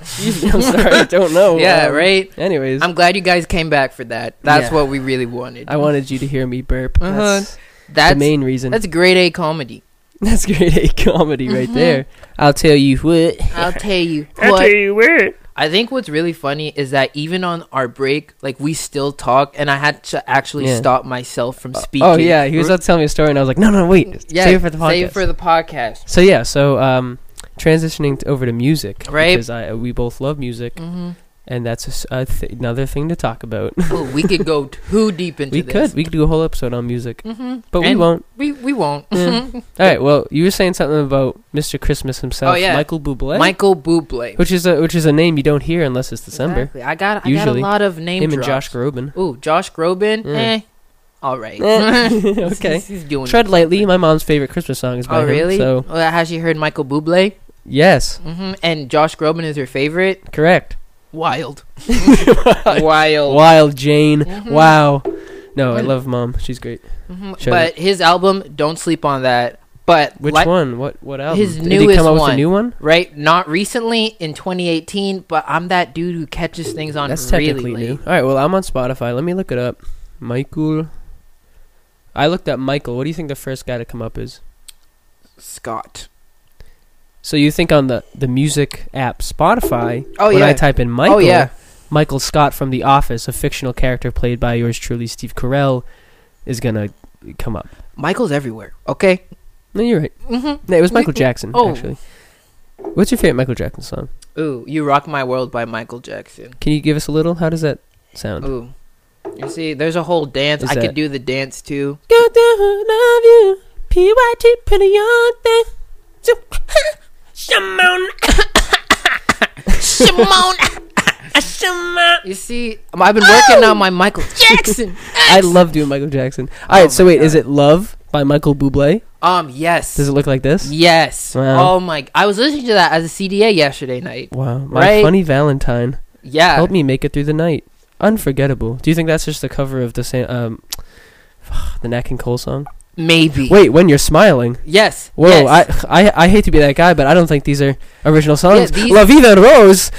A: Excuse
D: <laughs>
A: me. I'm sorry. I don't know.
D: yeah,
A: Um,
D: right.
A: Anyways,
D: I'm glad you guys came back for that. That's
A: Yeah.
D: what we really wanted.
A: I wanted you to hear me burp.
D: Uh-huh.
A: That's
D: that's
A: the main reason.
D: that's grade A comedy.
A: <laughs> That's grade A comedy right
D: Mhm.
A: there. I'll tell you what. <laughs>
D: I'll tell you what.
A: you what.
D: I think what's really funny is that even on our break, like we still talk, and I had to actually
A: Yeah.
D: stop myself from speaking.
A: Oh yeah, he was
D: R-
A: about to tell me a story, and I was like, no, no, wait,
D: yeah,
A: save it for the podcast.
D: Save it for the podcast.
A: so yeah, so um, transitioning t- over to music,
D: Right.
A: Because I, we both love music,
D: Mhm.
A: and that's a s- a th- another thing to talk about.
D: Ooh, Oh, we could go too deep into
A: <laughs> we
D: this.
A: could, we could do a whole episode on music,
D: hmm
A: but we
D: And-
A: won't.
D: We we won't. <laughs>
A: Yeah. All right. Well, you were saying something about Mr. Christmas himself,
D: Oh, yeah.
A: Michael Bublé,
D: Michael Bublé.
A: which is a which is a name you don't hear unless it's December.
D: Exactly. I got I got a
A: Usually.
D: lot of name
A: Him and
D: drops.
A: Josh
D: <laughs>
A: Groban. <laughs>
D: Ooh, Josh Groban.
A: Mm.
D: Eh, all right. <laughs>
A: Eh, <laughs> okay.
D: he's, he's doing.
A: Tread lightly. My mom's favorite Christmas song is
D: it.
A: by
D: oh
A: him,
D: really?
A: So
D: Well, has she heard Michael Bublé?
A: yes,
D: hmm And Josh Groban is her favorite.
A: correct.
D: <laughs> Wild. Wild.
A: Wild Jane.
D: Mhm.
A: Wow. No,
D: Mm-hmm.
A: I love mom. She's great.
D: Mhm.
A: Shut
D: But his album, don't sleep on that. But
A: Which
D: like-
A: one? What what album?
D: His
A: Did he
D: newest
A: come out with
D: one.
A: a new one?
D: Right, not recently in 2018, but I'm that dude who catches things on
A: That's
D: really
A: technically
D: late.
A: new. All right. Well, I'm on Spotify. Let me look it up. Michael. I looked up Michael. What do you think the first guy to come up is?
D: Scott.
A: So you think on the the music app Spotify?
D: Oh
A: when
D: yeah.
A: I type in Michael,
D: Oh yeah.
A: Michael Scott from The Office, a fictional character played by yours truly, Steve Carell, is gonna come up.
D: Michael's everywhere. Okay.
A: No, you're right.
D: hmm
A: No, it was Michael Jackson
D: Oh.
A: actually. What's your favorite Michael Jackson song?
D: Ooh, you rock my world by Michael Jackson.
A: Can you give us a little? How does that sound?
D: Ooh. You see, there's a whole dance.
A: Is
D: I
A: that-
D: could do the
A: <laughs>
D: dance too.
A: Go down, love you. PYT, pretty young thing. <laughs> Shimon.
D: Simone. You see, I've been working on my Michael Jackson.
A: I love doing Michael Jackson. All
D: Oh
A: right, so
D: my
A: wait,
D: God.
A: is it Love by Michael Bublé?
D: Um, yes.
A: Does it look like this?
D: Yes.
A: Wow.
D: Oh my! I was listening to that as a CDA yesterday night.
A: Wow, my
D: Right?
A: funny Valentine.
D: Yeah.
A: Help me make it through the night. Unforgettable. Do you think that's just the cover of the same, um, <sighs> the Nat King Cole song?
D: Maybe.
A: Wait, when you're smiling.
D: Yes.
A: Whoa,
D: yes.
A: I, I I hate to be that guy, but I don't think these are original songs.
D: these-
A: La Vida Rose.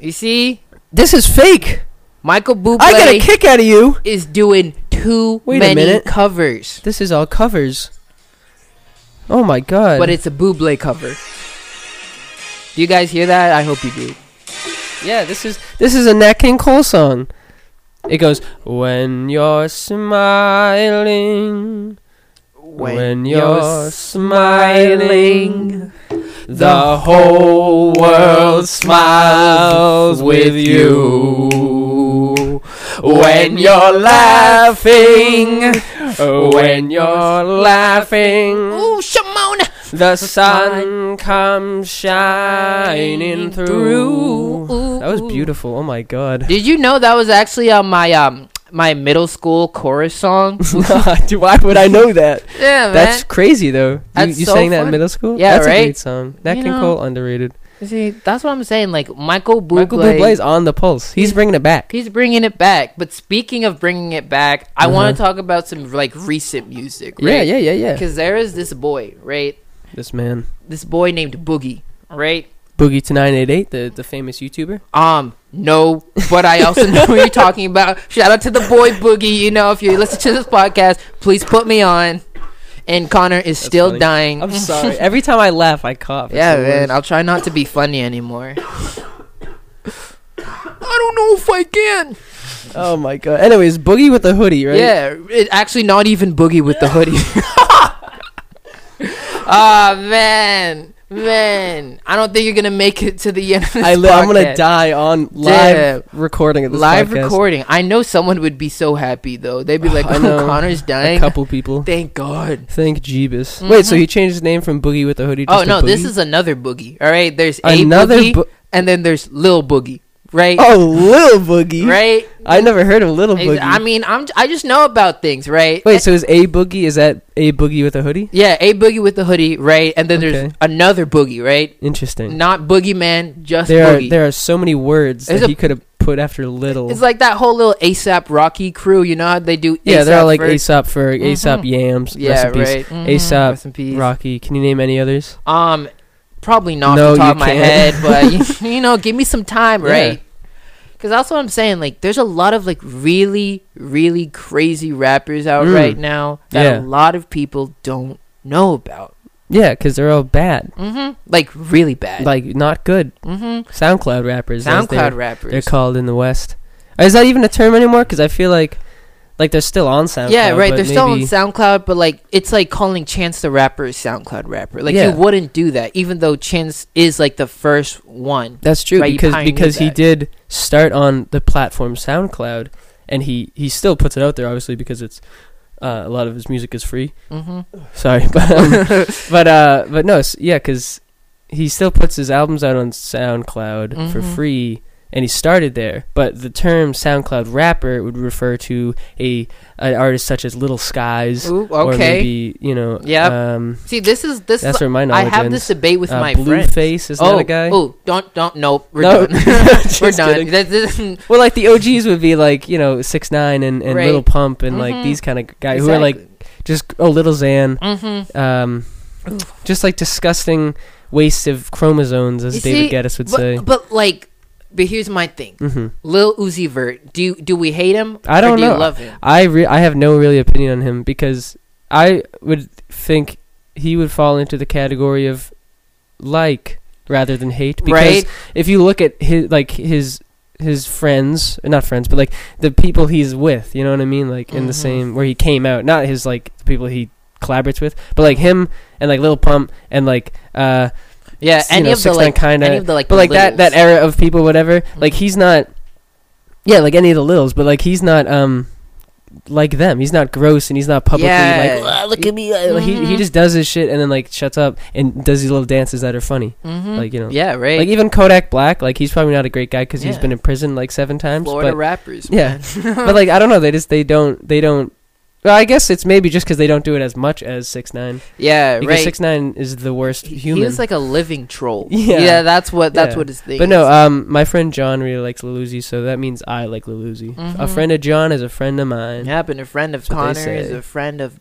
D: You see,
A: This is fake.
D: Michael
A: I get a
D: Bublé
A: kick out of you.
D: is doing too
A: Wait a
D: many
A: minute.
D: covers,
A: This is all covers. Oh my god.
D: but it's a Bublé cover. Do you guys hear that? I hope you do.
A: yeah, this is this is a Nat King Cole song. It goes when you're smiling, when, you're smiling, the whole world smiles with you. When you're laughing, when you're laughing,
D: Ooh, Shimon.
A: The sun comes shining through.
D: Ooh,
A: That was
D: ooh.
A: beautiful. Oh my
D: <laughs>
A: god. <laughs>
D: Did you know that was actually on my um my middle school
A: <laughs>
D: chorus song?
A: Dude, Why would I know that?
D: yeah,
A: That's crazy though. You,
D: That's
A: you
D: so
A: sang that in
D: fun.
A: middle school?
D: Yeah,
A: That's a
D: right?
A: great song. That
D: You
A: King
D: know,
A: Cole underrated.
D: See, that's what I'm saying. Like Michael Bublé,
A: Michael Bublé's on the pulse. He's bringing it back.
D: he's bringing it back. But speaking of bringing it back, I want to
A: Uh-huh.
D: talk about some like recent music,
A: Yeah,
D: right?
A: yeah, yeah, yeah.
D: Because there is this boy, right?
A: This man.
D: This boy named Boogie, right?
A: Boogie to 988, the, the famous YouTuber.
D: Um, no, but I also know who you're talking about. Shout out to the boy Boogie. You know, if you listen to this podcast, please put me on. and Connor is still
A: funny.
D: dying. <laughs>
A: I'm sorry. Every time I laugh, I cough. It's
D: yeah,
A: the
D: man.
A: worst.
D: I'll try not to be funny anymore. I don't know if I can.
A: Oh my god. Anyways, Boogie with the hoodie, right?
D: Yeah, it, actually, not even Boogie with
A: <laughs>
D: the hoodie. Ah man, man. I don't think you're gonna make it to the end. Of this
A: I li- I'm gonna
D: podcast.
A: die on
D: Damn.
A: live recording of this
D: Live
A: podcast.
D: recording. I know someone would be so happy though. They'd be
A: <laughs>
D: like,
A: I
D: "Oh,
A: know.
D: Connor's dying.
A: A couple people.
D: Thank God."
A: Thank Jeebus. Wait, so he changed his name from Boogie with the hoodie. Just
D: Mm-hmm. oh
A: to
D: no, this
A: Boogie?
D: is another boogie. All right, there's
A: Another
D: a boogie,
A: bo-
D: and then there's Lil Boogie. Right,
A: oh Lil Boogie.
D: right.
A: I never heard of Little
D: Ex-
A: Boogie.
D: I mean, I'm I just know about things, right?
A: Wait, so is a Boogie? Is that a Boogie with a hoodie?
D: yeah, a boogie with the hoodie, right? And then there's
A: Okay. Hmm.
D: another boogie, right?
A: Interesting.
D: Not boogeyman, just
A: there
D: boogie.
A: are there are so many words
D: There's
A: that
D: a-
A: he could have put after Little.
D: it's like that whole little ASAP Rocky crew, you know? how They do
A: yeah, they're all like
D: A$AP first?
A: Aesop for Aesop Yams.
D: Mm-hmm. yeah,
A: recipes.
D: right. Mhm,
A: A$AP
D: rest in peace.
A: Rocky. Can you name any others?
D: Um, probably not
A: No,
D: off the
A: you
D: top of my
A: can't. <laughs>
D: head, but <laughs> you, you know, give me some time,
A: Yeah.
D: right? Because that's what I'm saying. Like, there's a lot of like really, really crazy rappers out
A: Mm.
D: right now that
A: Yeah.
D: a lot of people don't know about.
A: Yeah, because they're all bad,
D: hmm Like really bad.
A: Mm-hmm. like not good.
D: hmm
A: SoundCloud rappers. as they're- They're
D: SoundCloud rappers.
A: called in the West. Is that even a term anymore? Because I feel like, like they're still on SoundCloud.
D: yeah, right.
A: but
D: They're still on
A: maybe-
D: SoundCloud, but like it's like calling Chance the rapper a SoundCloud rapper. Like
A: Yeah.
D: you wouldn't do that, even though Chance is like the first one.
A: That's true
D: Right, you
A: because
D: pioneered
A: because he
D: that.
A: did start on the platform SoundCloud, and he he still puts it out there obviously because it's uh, a lot of his music is free. <laughs>
D: hmm
A: Sorry, but
D: <laughs>
A: um, but uh, but no, s- yeah, because he still puts his albums out on SoundCloud for
D: Mhm.
A: free, and he started there. But the term SoundCloud rapper would refer to a an artist such as Little Skies,
D: Ooh,
A: or
D: okay.
A: maybe you know,
D: Yep.
A: um,
D: See, this is this.
A: that's
D: Is,
A: where my
D: I
A: knowledge
D: have
A: ends.
D: this debate with
A: Uh,
D: my friend.
A: Blueface is that a guy?
D: Oh, don't don't. Nope, we're
A: No.
D: done.
A: <laughs> Just
D: we're done.
A: kidding.
D: That- that-
A: Well, like the OGs would be like you know six nine and and
D: Right.
A: Little Pump and like
D: Mhm.
A: these kind of guys who are like just oh Little Xan,
D: Mhm.
A: um, just like disgusting waste of chromosomes as
D: You
A: David
D: see,
A: Geddes would
D: but,
A: say.
D: But like, but here's my thing.
A: hmm
D: Lil Uzi Vert. Do you, do we hate him?
A: I
D: or
A: don't
D: do
A: know.
D: You love him.
A: I re- I have no really opinion on him because I would think he would fall into the category of like rather than hate because
D: Right.
A: if you look at his like his his friends not friends but like the people he's with you know what i mean like in the
D: Mhm.
A: same where he came out not his like the people he collaborates with but like him and like Lil pump and like uh
D: Yeah.
A: s- you
D: Any
A: know,
D: of the
A: 6ix9ine
D: like.
A: kinda-
D: any of the Mm-hmm. like.
A: but
D: the
A: like that that
D: littles.
A: era of people whatever like he's not yeah like any of the lils but like he's not um like them he's not gross and he's not publicly
D: Yeah. Mm-hmm.
A: like "Ah, look at me I-" like, he, he just does his shit and then like shuts up and does these little dances that are funny
D: Mhm.
A: like, you know,
D: Yeah. Right.
A: like even kodak black like he's probably not a great guy because he's
D: Yeah.
A: been in prison like seven times
D: Florida
A: but,
D: rappers.
A: yeah <laughs>
D: man.
A: but like i don't know they just they don't they don't well, I guess it's maybe just because they don't do it as much as six nine.
D: <laughs> Yeah.
A: Because
D: Right.
A: six nine is the worst
D: He-
A: human.
D: He was like a living troll.
A: <laughs> Yeah.
D: Yeah. that's what. That's
A: Yeah.
D: what his thing.
A: But no,
D: is.
A: um, my friend John really likes Luluzi, so that means I like Luluzi. A
D: Mhm.
A: friend of John is a friend of mine.
D: yeah, but a friend of
A: uh, That's what they
D: Connor is
A: say.
D: a friend of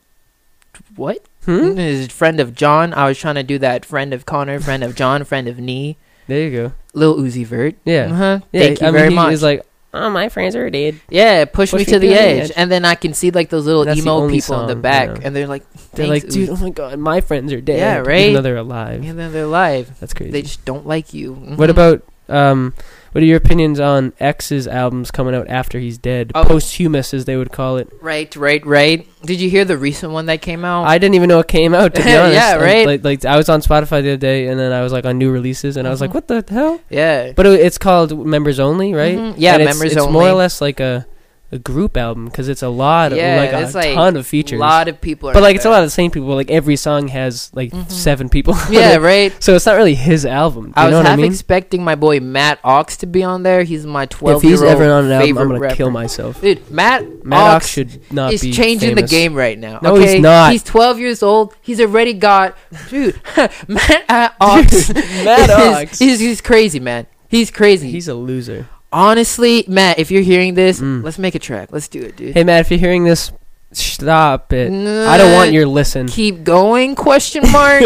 D: what?
A: Hmm?
D: Is friend of John. I was trying to do that. Friend of Connor. Friend of John. Friend of Nee.
A: There you go.
D: Lil Uzi Vert.
A: Yeah.
D: Uh-huh.
A: Yeah,
D: Thank you
A: I mean,
D: very
A: he
D: much.
A: is like, oh, my friends are dead.
D: yeah, push, me to the edge. and then I can see like those little
A: That's the
D: emo
A: only
D: people
A: song,
D: in the
A: you
D: back,
A: know.
D: and they're like,
A: They're
D: "Thanks,
A: like, dude,
D: Uzi."
A: oh my god, my friends are dead.
D: Yeah,
A: Even
D: right?
A: though they're alive.
D: and then they're live.
A: That's crazy.
D: They just don't like you.
A: What
D: Mhm.
A: about um? What are your opinions on X's albums coming out after he's dead?
D: Oh.
A: Posthumous, as they would call it.
D: right, right, right? Did you hear the recent one that came out?
A: I didn't even know it came out.
D: <laughs>
A: To be
D: Oh. Yeah,
A: honest, And,
D: right.
A: Like, like I was on Spotify the other day, and then I was like on new releases, and I was like,
D: Mhm.
A: what the hell?
D: yeah,
A: But it, it's called Members Only, right?
D: Mhm. Yeah,
A: And it's,
D: members
A: it's
D: only.
A: more or less like a, a group album because it's a lot, of,
D: Yeah,
A: like a
D: it's like
A: ton of features.
D: A lot of people, are
A: but like it's a
D: there.
A: lot of the same people. Like every song has like
D: Mhm.
A: seven people. on
D: yeah,
A: it.
D: right.
A: So it's not really his album. Do you
D: I was
A: know what
D: half
A: I mean?
D: expecting my boy Matt Ox to be on there. He's my
A: if
D: twelve.
A: he's ever on an album,
D: favorite
A: I'm gonna kill
D: rapper.
A: myself.
D: Dude, Matt,
A: Matt Ox
D: Ox
A: should not
D: is
A: be
D: changing
A: famous.
D: the game right now.
A: No, he's
D: okay?
A: not.
D: He's 12 years old. He's already got dude. <laughs> Matt uh,
A: <laughs>
D: Ox.
A: Matt Ox.
D: Is, <laughs> <laughs> he's, he's crazy, man. He's crazy.
A: He's a loser.
D: Honestly, Matt, if you're hearing this,
A: Mm.
D: let's make a track. Let's do it, dude.
A: Hey Matt, if you're hearing this, stop it.
D: Nah,
A: I don't want your listen.
D: keep going
A: <laughs>
D: question mark.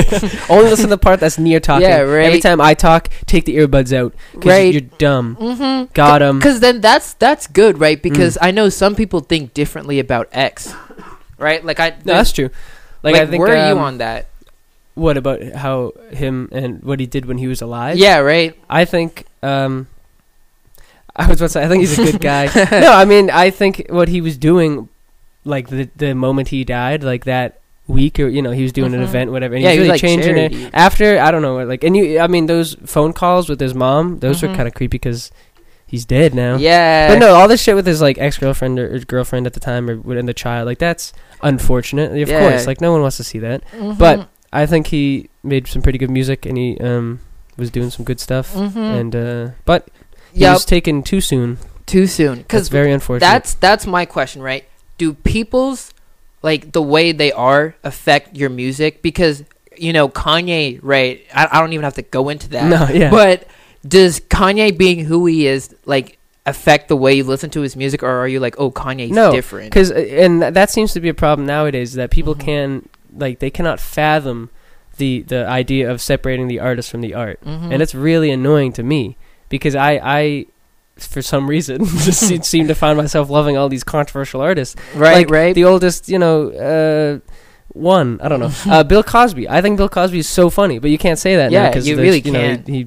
A: Only listen to the part that's near talking.
D: Yeah, right.
A: Every time I talk, take the earbuds out. Cause
D: <laughs> Right.
A: You're dumb.
D: mm-hmm.
A: Got him. Mm.
D: Because then that's that's good, right? Because I know some people think differently about X, right? Like I
A: No, that's true. Like, I think
D: where are
A: um,
D: you on that?
A: What about how him and what he did when he was alive?
D: yeah, right.
A: I think um <laughs> I was about to say I think he's a good
D: <laughs>
A: guy. no, I mean I think what he was doing like the the moment he died, like that week or you know, he was doing an
D: Mhm.
A: event, whatever, and
D: Yeah,
A: he
D: he was,
A: was really
D: like,
A: changing
D: charity.
A: it. After I don't know, like and you I mean those phone calls with his mom, those
D: Mhm.
A: were kinda creepy because he's dead now.
D: Yeah,
A: But no, all this shit with his like ex girlfriend or, or girlfriend at the time, or and the child, like that's unfortunate. Of
D: Yeah.
A: course, like no one wants to see that. But I think he made some pretty good music, and he um was doing some good stuff.
D: Mhm.
A: And uh, but he
D: yeah,
A: was taken too soon.
D: too soon
A: That's
D: because
A: very unfortunate.
D: that's that's my question, right? Do people's like the way they are affect your music? Because you know Kanye, right? I, I don't even have to go into that.
A: no, yeah,
D: But does Kanye being who he is like affect the way you listen to his music, or are you like, oh, Kanye's
A: No,
D: different?
A: because and th- that seems to be a problem nowadays that people
D: Mhm.
A: can like they cannot fathom the the idea of separating the artist from the art,
D: Mhm.
A: and it's really annoying to me because I I for some reason <laughs> just
D: <laughs>
A: se- seem to find myself loving all these controversial artists.
D: right,
A: like,
D: right.
A: The oldest, you know, uh, one. I don't
D: <laughs>
A: know. uh, Bill Cosby. I think Bill Cosby is so funny, but you can't say that.
D: Yeah,
A: now 'cause
D: you
A: there's-
D: really
A: you know, he-
D: can't.
A: he,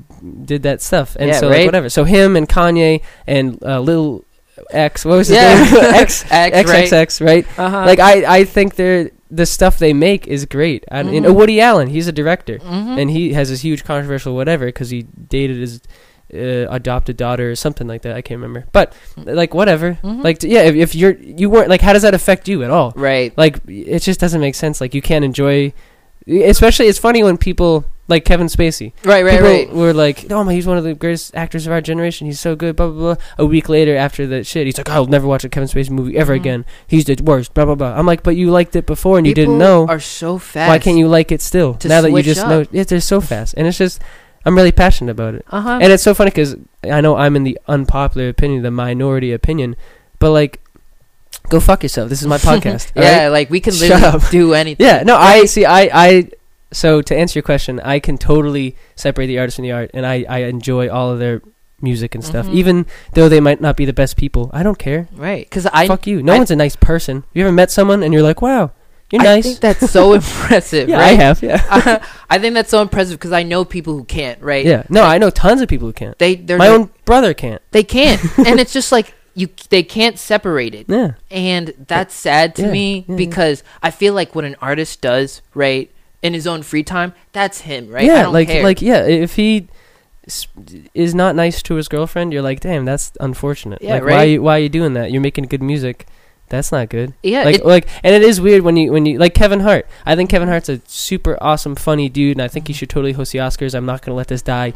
A: did that stuff, and
D: Yeah,
A: so
D: right?
A: like, whatever. So him and Kanye and uh, Lil X. What was his <laughs>
D: yeah, <laughs>
A: name? X.
D: X, right?
A: XXX, right?
D: Uh-huh.
A: like I, I think they're the stuff they make is great. And, and
D: Mhm.
A: Woody Allen, he's a director,
D: Mhm.
A: and he has this huge controversial whatever because he dated his uh, adopted daughter or something like that. I can't remember, but like whatever.
D: Mhm.
A: Mm-hmm. Like t- yeah, if, if you're you weren't like, how does that affect you at all?
D: right.
A: Like it just doesn't make sense. Like you can't enjoy. Especially, it's funny when people like Kevin Spacey.
D: Right, right,
A: people
D: right.
A: were like, "Oh my, he's one of the greatest actors of our generation. He's so good." Blah blah blah. A week later, after that shit, he's like, "I'll never watch a Kevin Spacey movie ever
D: Mhm.
A: again. He's the worst." Blah blah blah. I'm like, "But you liked it before and you
D: People
A: didn't know.
D: Are so fast.
A: Why can't you like it still?
D: To
A: Now that you
D: switch
A: just
D: up.
A: know, yeah, they're so fast." And it's just, I'm really passionate about it.
D: Uh huh.
A: And it's so funny because I know I'm in the unpopular opinion, the minority opinion, but like, go fuck yourself. This is
D: <laughs>
A: my podcast. all right?
D: yeah, like we can
A: Shut
D: literally
A: up.
D: do anything.
A: Yeah, no, I see. I, I, so to answer your question, I can totally separate the artist from the art, and I, I enjoy all of their music and stuff,
D: Mhm.
A: even though they might not be the best people. I don't care.
D: Right. Because I,
A: Fuck you. No
D: I-
A: one's a nice person. You ever met someone and you're like, wow, you're
D: I
A: nice.
D: think
A: <laughs>
D: that's so impressive,
A: yeah, I
D: <laughs> right? Uh-huh.
A: have. Yeah,
D: I, think that's so impressive because I know people who can't, right?
A: yeah. No, I know tons of people who can't.
D: They, they're
A: My
D: like-
A: own brother can't. <laughs>
D: they can't. and it's just like, you, they can't separate it.
A: Yeah,
D: And that's sad to
A: Yeah,
D: me
A: yeah, yeah.
D: because I feel like what an artist does, right, in his own free time, that's him, right? I
A: yeah.
D: don't
A: Like,
D: care.
A: like, yeah. If he s- is not nice to his girlfriend, you're like, damn, that's unfortunate.
D: Yeah,
A: like, Why,
D: right?
A: you- why are you doing that? You're making good music. That's not good.
D: yeah,
A: like
D: it-
A: like and it is weird when you when you like Kevin Hart. I think Kevin Hart's a super awesome funny dude and I
D: Mm-hmm.
A: think he should totally host the Oscars. I'm not going to let this die.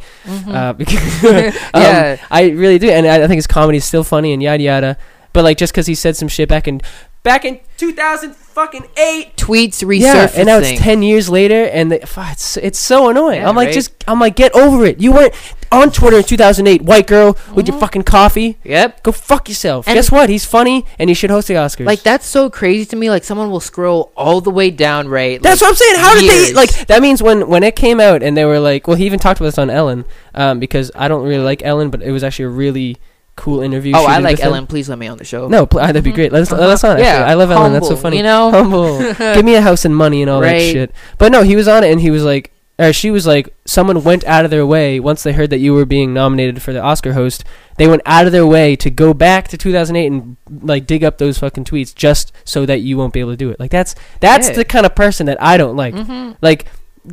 A: Uh, <laughs> because, um,
D: <laughs> Yeah.
A: I really do and I, I think his comedy is still funny and yada yada. But like just cuz he said some shit back in back in 2000 fucking 8
D: tweets resurfacing.
A: yeah, and now it's ten years later, and the, fuck, it's it's so annoying.
D: Yeah,
A: I'm like,
D: right?
A: just I'm like, get over it. You weren't on Twitter in 2008, white girl with your fucking coffee.
D: Yep.
A: Go fuck yourself.
D: Mm-hmm. And-
A: Guess what? He's funny, and he should host the Oscars.
D: Like that's so crazy to me. Like someone will scroll all the way down, right?
A: That's what
D: like,
A: I'm saying. How did
D: years.
A: they like? That means when when it came out and they were like, well, he even talked with us on Ellen um, because I don't really like Ellen, but it was actually a really cool interview.
D: Oh,
A: she
D: I
A: did
D: like
A: with him.
D: Ellen. Please let me on the show.
A: No, pl- ah, that'd be great. Let's let's not.
D: Yeah,
A: Yeah, I love Ellen. That's so
D: humble,
A: funny. Oh
D: you know? <laughs>
A: humble. Give me a house and money and all that
D: Right.
A: shit. But no, he was on it and he was like, or she was like, someone went out of their way once they heard that you were being nominated for the Oscar host. They went out of their way to go back to 2008 and like dig up those fucking tweets just so that you won't be able to do it. Like that's that's
D: Yeah.
A: the kind of person that I don't like.
D: Mhm.
A: Like,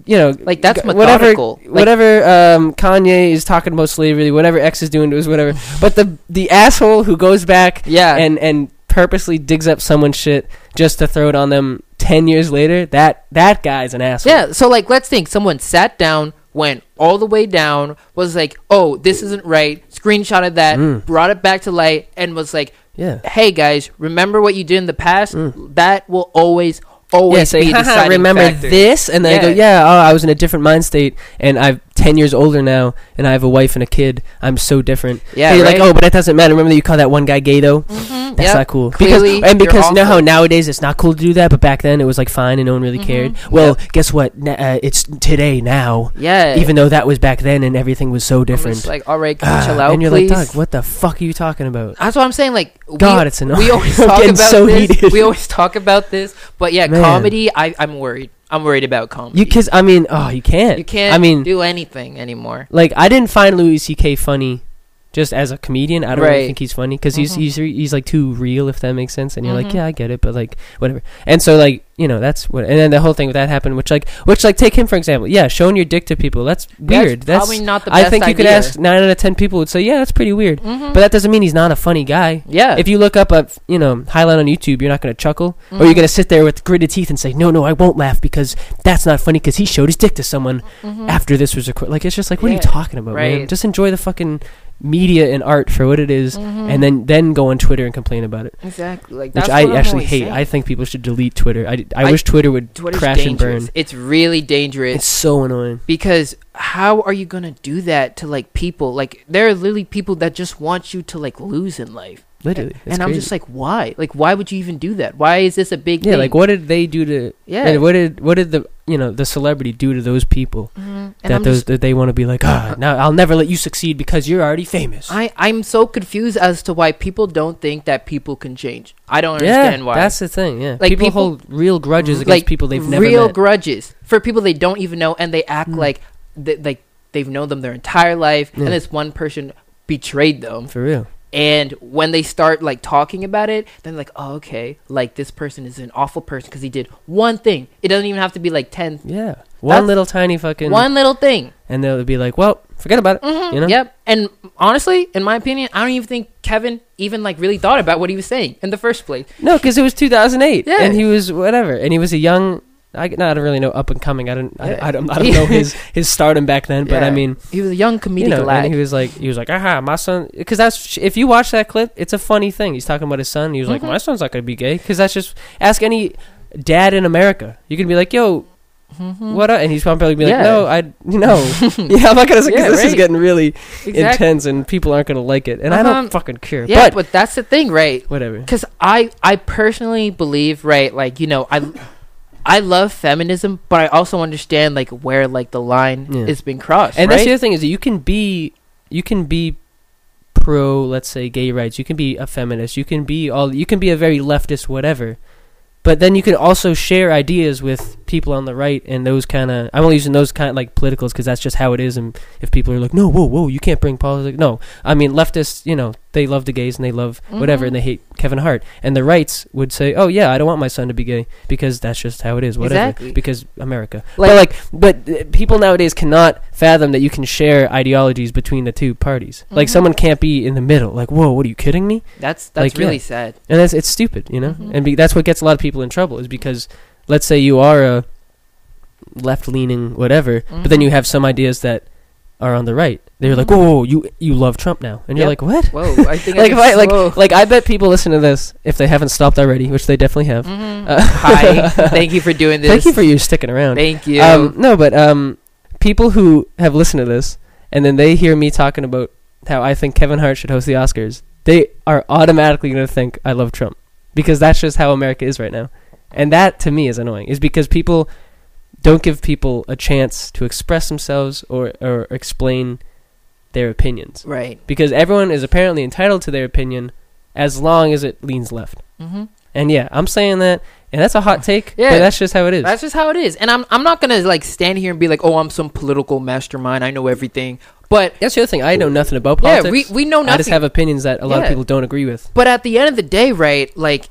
A: you know,
D: Like, that's
A: g- whatever
D: methodical. Like-
A: whatever um, Kanye is talking about slavery, whatever X is doing to us,
D: <laughs>
A: whatever. But the the asshole who goes back
D: Yeah.
A: and and purposely digs up someone's shit just to throw it on them ten years later, that that guy's an asshole.
D: Yeah. So like, let's think. Someone sat down, went all the way down, was like, "Oh, this isn't right." Screenshotted that,
A: Mm.
D: brought it back to light, and was like,
A: Yeah.
D: "Hey guys, remember what you did in the past? That will always,
A: Mm.
D: always
A: Yeah, say,
D: be the
A: "Haha,
D: deciding
A: remember
D: factor."
A: this, and then I go,
D: Yeah.
A: yeah, oh, I was in a different mind state, and I've ten years older now, and I have a wife and a kid. I'm so different.
D: Yeah,
A: And you're
D: right?
A: like, oh, but that doesn't matter. Remember that you call that one guy gay though.
D: Mhm,
A: That's
D: yep.
A: not cool.
D: Clearly,
A: because and
D: you're
A: because now how
D: awful. Mm-hmm.
A: nowadays it's not cool to do that, but back then it was like fine and no one really cared. Well, guess what? N- uh, it's today now.
D: Yeah.
A: Even though that was back then and everything was so
D: I'm
A: different.
D: just like, all right, can you
A: Ah,
D: chill out,
A: and you're
D: please?
A: like, Doug, what the fuck are you talking about?
D: That's what I'm saying. Like, we- <laughs>
A: God, it's annoying.
D: We
A: <laughs>
D: always
A: I'm
D: talk
A: getting
D: about
A: so
D: this.
A: heated.
D: We always talk about this, but yeah,
A: Man.
D: comedy. I, I'm worried. I'm worried about comedy.
A: You kiss. I mean, oh, you can't.
D: You can't.
A: I mean,
D: do anything anymore.
A: like I didn't find Louis C.K. funny, just as a comedian. I don't
D: Right.
A: really think he's funny because
D: Mhm.
A: he's he's re- he's like too real, if that makes sense. And you're
D: Mhm.
A: like, yeah, I get it, but like whatever. And so like you know that's what. And then the whole thing with that happened, which like which like take him for example. Yeah, showing your dick to people that's weird. That's,
D: probably not the
A: I
D: best
A: think you could
D: idea.
A: ask nine out of ten people would say, yeah, that's pretty weird.
D: Mhm.
A: But that doesn't mean he's not a funny guy.
D: yeah,
A: If you look up a you know highlight on YouTube, you're not gonna chuckle, or you're
D: Mhm.
A: gonna sit there with gritted teeth and say, "No, no, I won't laugh because that's not funny because he showed his dick to someone
D: Mhm.
A: after this was recorded." Like it's just like, what are
D: Yeah,
A: you talking about,
D: right.
A: man? Just enjoy the fucking media and art for what it is, and then then go on Twitter and complain about it,
D: Mm-hmm. exactly. Like,
A: which
D: that's
A: I
D: what I'm
A: actually
D: always
A: hate.
D: saying.
A: I think people should delete Twitter. I, I,
D: I-
A: wish Twitter would
D: Twitter's
A: crash
D: dangerous.
A: and burn.
D: It's really dangerous.
A: It's so annoying.
D: because how are you gonna do that to like people? Like there are literally people that just want you to like lose in life,
A: Literally,
D: and I'm just like, why? Like why would you even do that? Why is this a big
A: yeah,
D: thing?
A: like what did they do to?
D: yeah,
A: and what did what did the you know the celebrity do to those people?
D: Mhm. and
A: that
D: I'm
A: those
D: just, Uh,
A: that they want to be like, ah, now I'll never let you succeed because you're already famous.
D: I I'm so confused as to why people don't think that people can change. I don't
A: yeah,
D: understand why.
A: that's the thing. Yeah,
D: Like,
A: people,
D: people- Mm-hmm.
A: hold real grudges against
D: like,
A: people they've never
D: real
A: met. Mm.
D: grudges for people they don't even know, and they act like th- like they've known them their entire life,
A: Yeah.
D: and this one person betrayed them.
A: For real,
D: And when they start like talking about it, then like, oh, okay, like this person is an awful person because he did one thing. It doesn't even have to be like ten,
A: yeah.
D: That's-
A: One little tiny fucking
D: one little thing.
A: and they'll be like, well, forget about it.
D: Mhm,
A: You know?
D: Yep. And honestly, in my opinion, I don't even think Kevin even like really thought about what he was saying in the first place.
A: No, because it was 2008,
D: Yeah.
A: and he was whatever, and he was a young. I, no, I don't really know up and coming. I don't.
D: Yeah.
A: I, I don't. I
D: <laughs>
A: don't know his his stardom back then. But
D: Yeah.
A: I mean,
D: He was a young comedian.
A: you know, and he was like, he was like, aha, my son, because that's if you watch that clip, it's a funny thing. He's talking about his son. He was
D: Mhm.
A: like, my son's not gonna be gay, because that's just ask any dad in America. You can be like, yo,
D: Mm-hmm. <laughs>
A: what? Up? And he's probably be like,
D: Mm. Yeah.
A: no, I, you know,
D: <laughs>
A: yeah, I'm not gonna say 'cause
D: Yeah,
A: this is
D: right.
A: getting really
D: Exactly.
A: intense, and people aren't gonna like it, and I
D: Uh-huh.
A: don't fucking care.
D: Yeah, but,
A: but,
D: that's the thing, right?
A: whatever.
D: Because I, I personally believe, right? Like you know, I, I love feminism, but I also understand like where like the line
A: Yeah.
D: is being crossed,
A: And
D: right?
A: that's the other thing is that you can be you can be pro, let's say, gay rights. You can be a feminist. You can be all. You can be a very leftist, whatever. But then you can also share ideas with people on the right and those kind of. I'm only using those kind of like politicals because that's just how it is. And if people are like, no, whoa, whoa, you can't bring politics. No, I mean leftists. You know, they love the gays and they love whatever
D: Mhm.
A: and they hate Kevin Hart. And the rights would say, oh yeah, I don't want my son to be gay because that's just how it is. Whatever.
D: Exactly.
A: Because America
D: Like-
A: but uh, people nowadays cannot fathom that you can share ideologies between the two parties. Like
D: Mhm.
A: someone can't be in the middle. Like, whoa, what are you kidding me?
D: That's that's
A: Like,
D: really
A: yeah.
D: sad.
A: And that's it's stupid, you know.
D: Mhm.
A: And be, that's what gets a lot of people in trouble is because, let's say you are a left-leaning whatever, but then
D: Mhm.
A: you have some ideas that are on the right. They're like,
D: Mhm.
A: whoa, whoa, whoa, you you love Trump now, and you're like,
D: Yep.
A: what?
D: Whoa,
A: <laughs>
D: I think
A: like if I like
D: whoa.
A: like I bet people listen to this if they haven't stopped already, which they definitely have.
D: Mhm.
A: Uh, <laughs>
D: Hi, thank you for doing this.
A: Thank you for you sticking around.
D: Thank you.
A: Um, no, but um, people who have listened to this and then they hear me talking about how I think Kevin Hart should host the Oscars, they are automatically going to think I love Trump because that's just how America is right now, and that to me is annoying. Is because people don't give people a chance to express themselves or or explain their opinions
D: right.
A: because everyone is apparently entitled to their opinion as long as it leans left.
D: hmm
A: And yeah, I'm saying that, and that's a
D: <sighs>
A: hot take.
D: Yeah.
A: but that's just how it is.
D: That's just how it is, and I'm I'm not gonna like stand here and be like, oh, I'm some political mastermind. I know everything, but
A: That's the other thing. I know nothing about politics.
D: yeah, we we know nothing.
A: I just have opinions that a lot
D: Yeah.
A: of people don't agree with.
D: But at the end of the day, right, like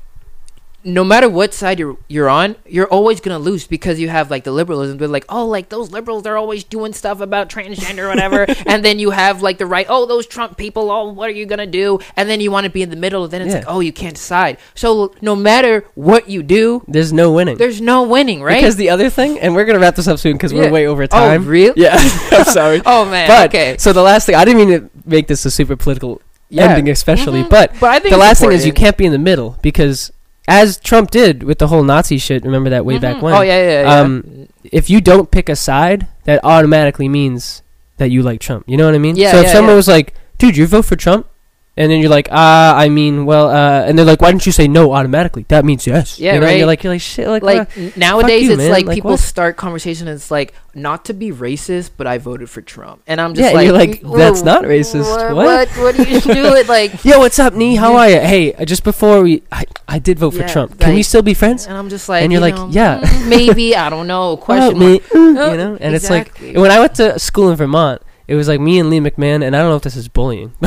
D: no matter what side you're you're on, you're always gonna lose because you have like the liberalism they're like, oh, like those liberals they're always doing stuff about transgender
A: <laughs>
D: or whatever, and then you have like the right, oh, those Trump people, oh, what are you gonna do? And then you want to be in the middle, then it's
A: Yeah.
D: like, oh, you can't decide. So no matter what you do,
A: There's no winning.
D: there's no winning, right?
A: Because the other thing, and we're gonna wrap this up soon because
D: Yeah.
A: we're way over
D: Oh,
A: time.
D: real-
A: <laughs> Yeah,
D: <laughs>
A: I'm sorry.
D: oh man,
A: but
D: okay,
A: so the last thing, I didn't mean to make this a super political
D: Yeah.
A: ending, especially,
D: Mhm.
A: but
D: but I think
A: the
D: it's
A: last thing is you
D: important.
A: can't be in the middle because, as Trump did with the whole Nazi shit, remember that way back
D: Mhm.
A: when.
D: Oh yeah, yeah, yeah.
A: Um, if you don't pick a side, that automatically means that you like Trump. You know what I mean?
D: Yeah,
A: So if
D: yeah,
A: someone
D: yeah.
A: was like, "Dude, you vote for Trump," and then you're like, "Ah, I mean, well," uh, and they're like, "Why didn't you say no automatically?" That means yes.
D: Yeah,
A: you know? You're
D: right.
A: like, you're like, shit, like, uh,
D: like n- nowadays
A: you,
D: it's
A: man.
D: like,
A: Like,
D: people
A: what?
D: start conversation and it's like not to be racist but i voted for trump and i'm just
A: Yeah, and
D: like,
A: you're like,
D: "Mm,
A: that's
D: wh-
A: not racist.
D: wh-
A: What?"
D: what what do
A: <laughs>
D: you do it like
A: Yo, what's up, Nee? How are you? Hey, uh, just before we, I, I did vote for
D: Yeah,
A: Trump. Can we
D: like-
A: still be friends?
D: and i'm just like
A: And you're
D: you
A: like,
D: know,
A: yeah.
D: mm, maybe i
A: <laughs>
D: don't know
A: What up,
D: question mark.
A: Nee? you
D: Oh,
A: know, and it's like
D: exactly.
A: when I went to school in Vermont, it was like me and Lee McMahon, and I don't know if this is bullying.
D: <laughs>
A: <laughs>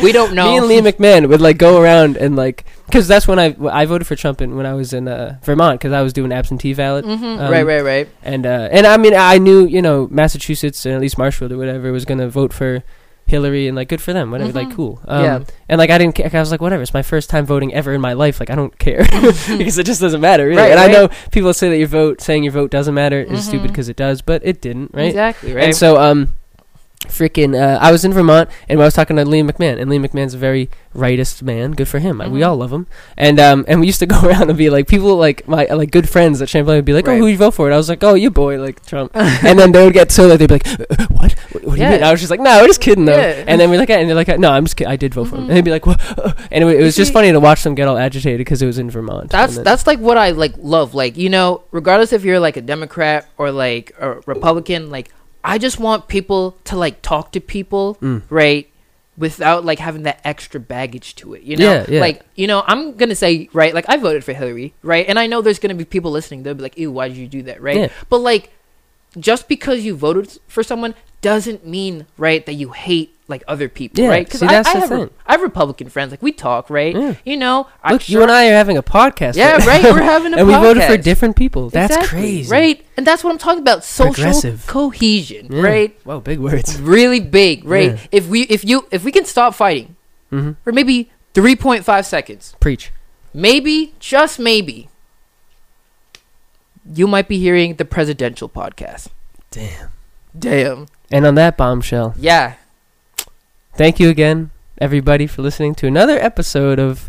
D: we don't know
A: Me and Lee McMahon would like go around and like, because that's when I I voted for Trump and when I was in uh, Vermont because I was doing absentee ballot
B: Mm-hmm.
D: Mhm,
A: um,
D: right right right
A: and uh, and I mean I knew you know Massachusetts and at least Marshfield or whatever was gonna vote for Hillary and like good for them whatever like
D: Mhm.
A: cool um,
D: Yeah.
A: and like I didn't care I was like whatever it's my first time voting ever in my life like I don't
D: <laughs>
A: care <laughs> because it just doesn't matter really
D: Right,
A: and I know
D: right.
A: people say that your vote saying your vote doesn't matter is stupid
D: Mhm.
A: because it does but it didn't right
D: exactly right
A: and so, um, freaking, uh, I was in Vermont and I was talking to Liam McMahon, and Liam McMahon's a very rightist man. Good for him. I We
D: Mhm.
A: all love him. And um, and we used to <laughs> go around and be like, people like my like good friends at Champlain would be like, oh,
D: Right.
A: who you vote for? And I was like, oh, you boy, like
D: <laughs>
A: Trump. and then they would get so that they'd be like, "Uh, what? What, what do you
D: Yeah.
A: mean? I was just like, no, we're just kidding though.
D: Yeah.
A: And then we look at it and they're like, no, I'm just kidding. I did vote for him.
D: Mhm.
A: And they'd be like, what? Uh, and it, wa- it was just
D: see-
A: funny to watch them get all agitated because it was in Vermont.
D: That's
A: And then-
D: that's like what I like love. Like you know, regardless if you're like a Democrat or like a Republican, like I just want people to like talk to people,
A: Mm.
D: right? Without like having that extra baggage to it, you know.
A: Yeah, yeah.
D: Like you know, I'm gonna say right, like I voted for Hillary, right? And I know there's gonna be people listening. They'll be like, "Ew, why did you do that?" Right?
A: Yeah.
D: But like, just because you voted for someone doesn't mean right that you hate like other people,
A: Yeah,
D: right? Because
A: see,
D: I,
A: that's
D: I
A: the
D: have re-
A: thing.
D: I have Republican friends, like we talk, right?
A: Yeah.
D: You know, I'm
A: Look, you
D: sure-
A: and I are having a podcast.
D: Yeah, right, we're having a
A: <laughs> and we voted for
D: podcast.
A: different people. That's
D: Exactly,
A: crazy.
D: right? And that's what I'm talking about: social
A: Progressive.
D: cohesion,
A: Yeah.
D: right?
A: Wow, big words.
D: Really big, right?
A: Yeah.
D: If we, if you, if we can stop fighting
A: Mhm.
D: for maybe 3.5 seconds,
A: Preach.
D: maybe just maybe, you might be hearing the presidential podcast.
A: Damn.
D: Damn.
A: And on that bombshell,
D: Yeah.
A: thank you again, everybody, for listening to another episode of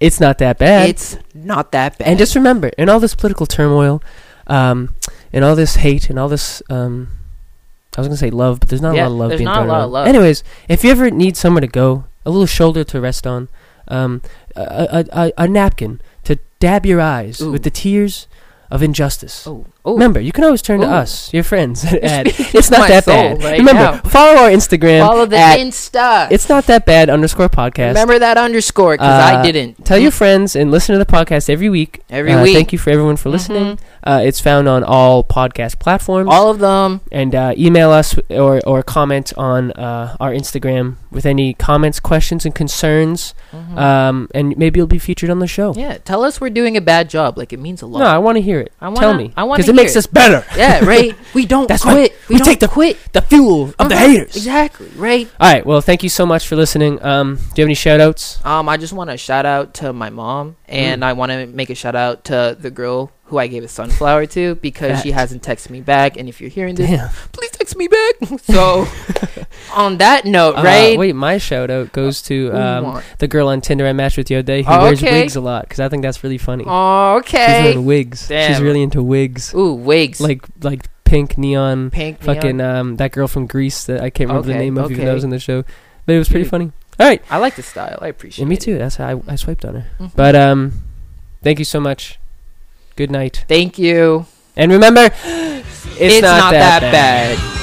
A: It's Not That Bad.
D: it's not that bad.
A: and just remember, in all this political turmoil, um, in all this hate, and all this, um, I was gonna say love, but there's not
D: Yeah,
A: a lot of love
D: there's
A: being
D: not a
A: thrown
D: lot of
A: around.
D: love.
A: Anyways, if you ever need somewhere to go, a little shoulder to rest on, um, a, a, a, a napkin to dab your eyes
D: Ooh.
A: with the tears of injustice.
D: oh, oh,
A: Remember, you can always turn to
D: Ooh.
A: us, your
D: <laughs>
A: friends, <laughs> at
D: speaking
A: It's
D: to
A: Not
D: my
A: That
D: soul
A: Bad.
D: right
A: Remember,
D: now.
A: follow our Instagram
D: follow the
A: at
D: Insta.
A: It's Not That Bad underscore podcast.
D: Remember that underscore because
A: Uh,
D: I didn't.
A: Tell your friends and listen to the podcast every week.
D: Every
A: Uh,
D: week. Mm-hmm.
A: Thank you for everyone for listening. Uh, it's found on all podcast platforms.
D: all of them.
A: and uh, email us or, or comment on uh, our Instagram with any comments, questions, and concerns. Um, and maybe you'll be featured on the show.
D: Mm-hmm. Yeah, tell us we're doing a bad job. Like it means a lot.
A: Oh. No, I want to hear it.
D: I wanna-
A: Tell me.
D: I wanna
A: it
D: hear
A: makes
D: it.
A: us better. <laughs>
D: Yeah, right. We don't
A: That's right.
D: quit.
A: We
D: don't
A: take the-
D: quit
A: The fuel of the
D: Uh-huh.
A: haters.
D: Exactly. Right.
A: All right. Well, thank you so much for listening. Um, do you have any shout outs?
D: Um, I just want to shout out to my
A: Mm.
D: mom, and I want to make a shout out to the girl who I gave a sunflower to because she
A: Facts.
D: hasn't texted me back. And if you're hearing this, please text
A: <laughs>
D: me back. So, on that note,
A: Uh,
D: right?
A: wait, my shout out goes to
D: Who
A: um,
D: want-
A: the girl on Tinder I matched with the other day who
D: Oh,
A: wears
D: okay.
A: wigs a lot because I think that's really funny.
D: Oh,
A: She's
D: okay.
A: wearing wigs. She's
D: Damn.
A: really into wigs,
D: Ooh, wigs.
A: like like pink neon.
D: pink.
A: Fucking
D: neon.
A: um, that girl from Greece that I can't remember the
D: Okay,
A: name of even though I
D: okay.
A: was in the show, but it was pretty
D: Dude.
A: funny. All right,
D: I like the style. I appreciate.
A: and uh, me
D: it.
A: too. That's how I, I swiped on her.
D: Mhm.
A: But um, thank you so much. Good night,
D: Thank you.
A: and remember, <gasps> it's,
D: It's, not, that
A: bad.
D: bad.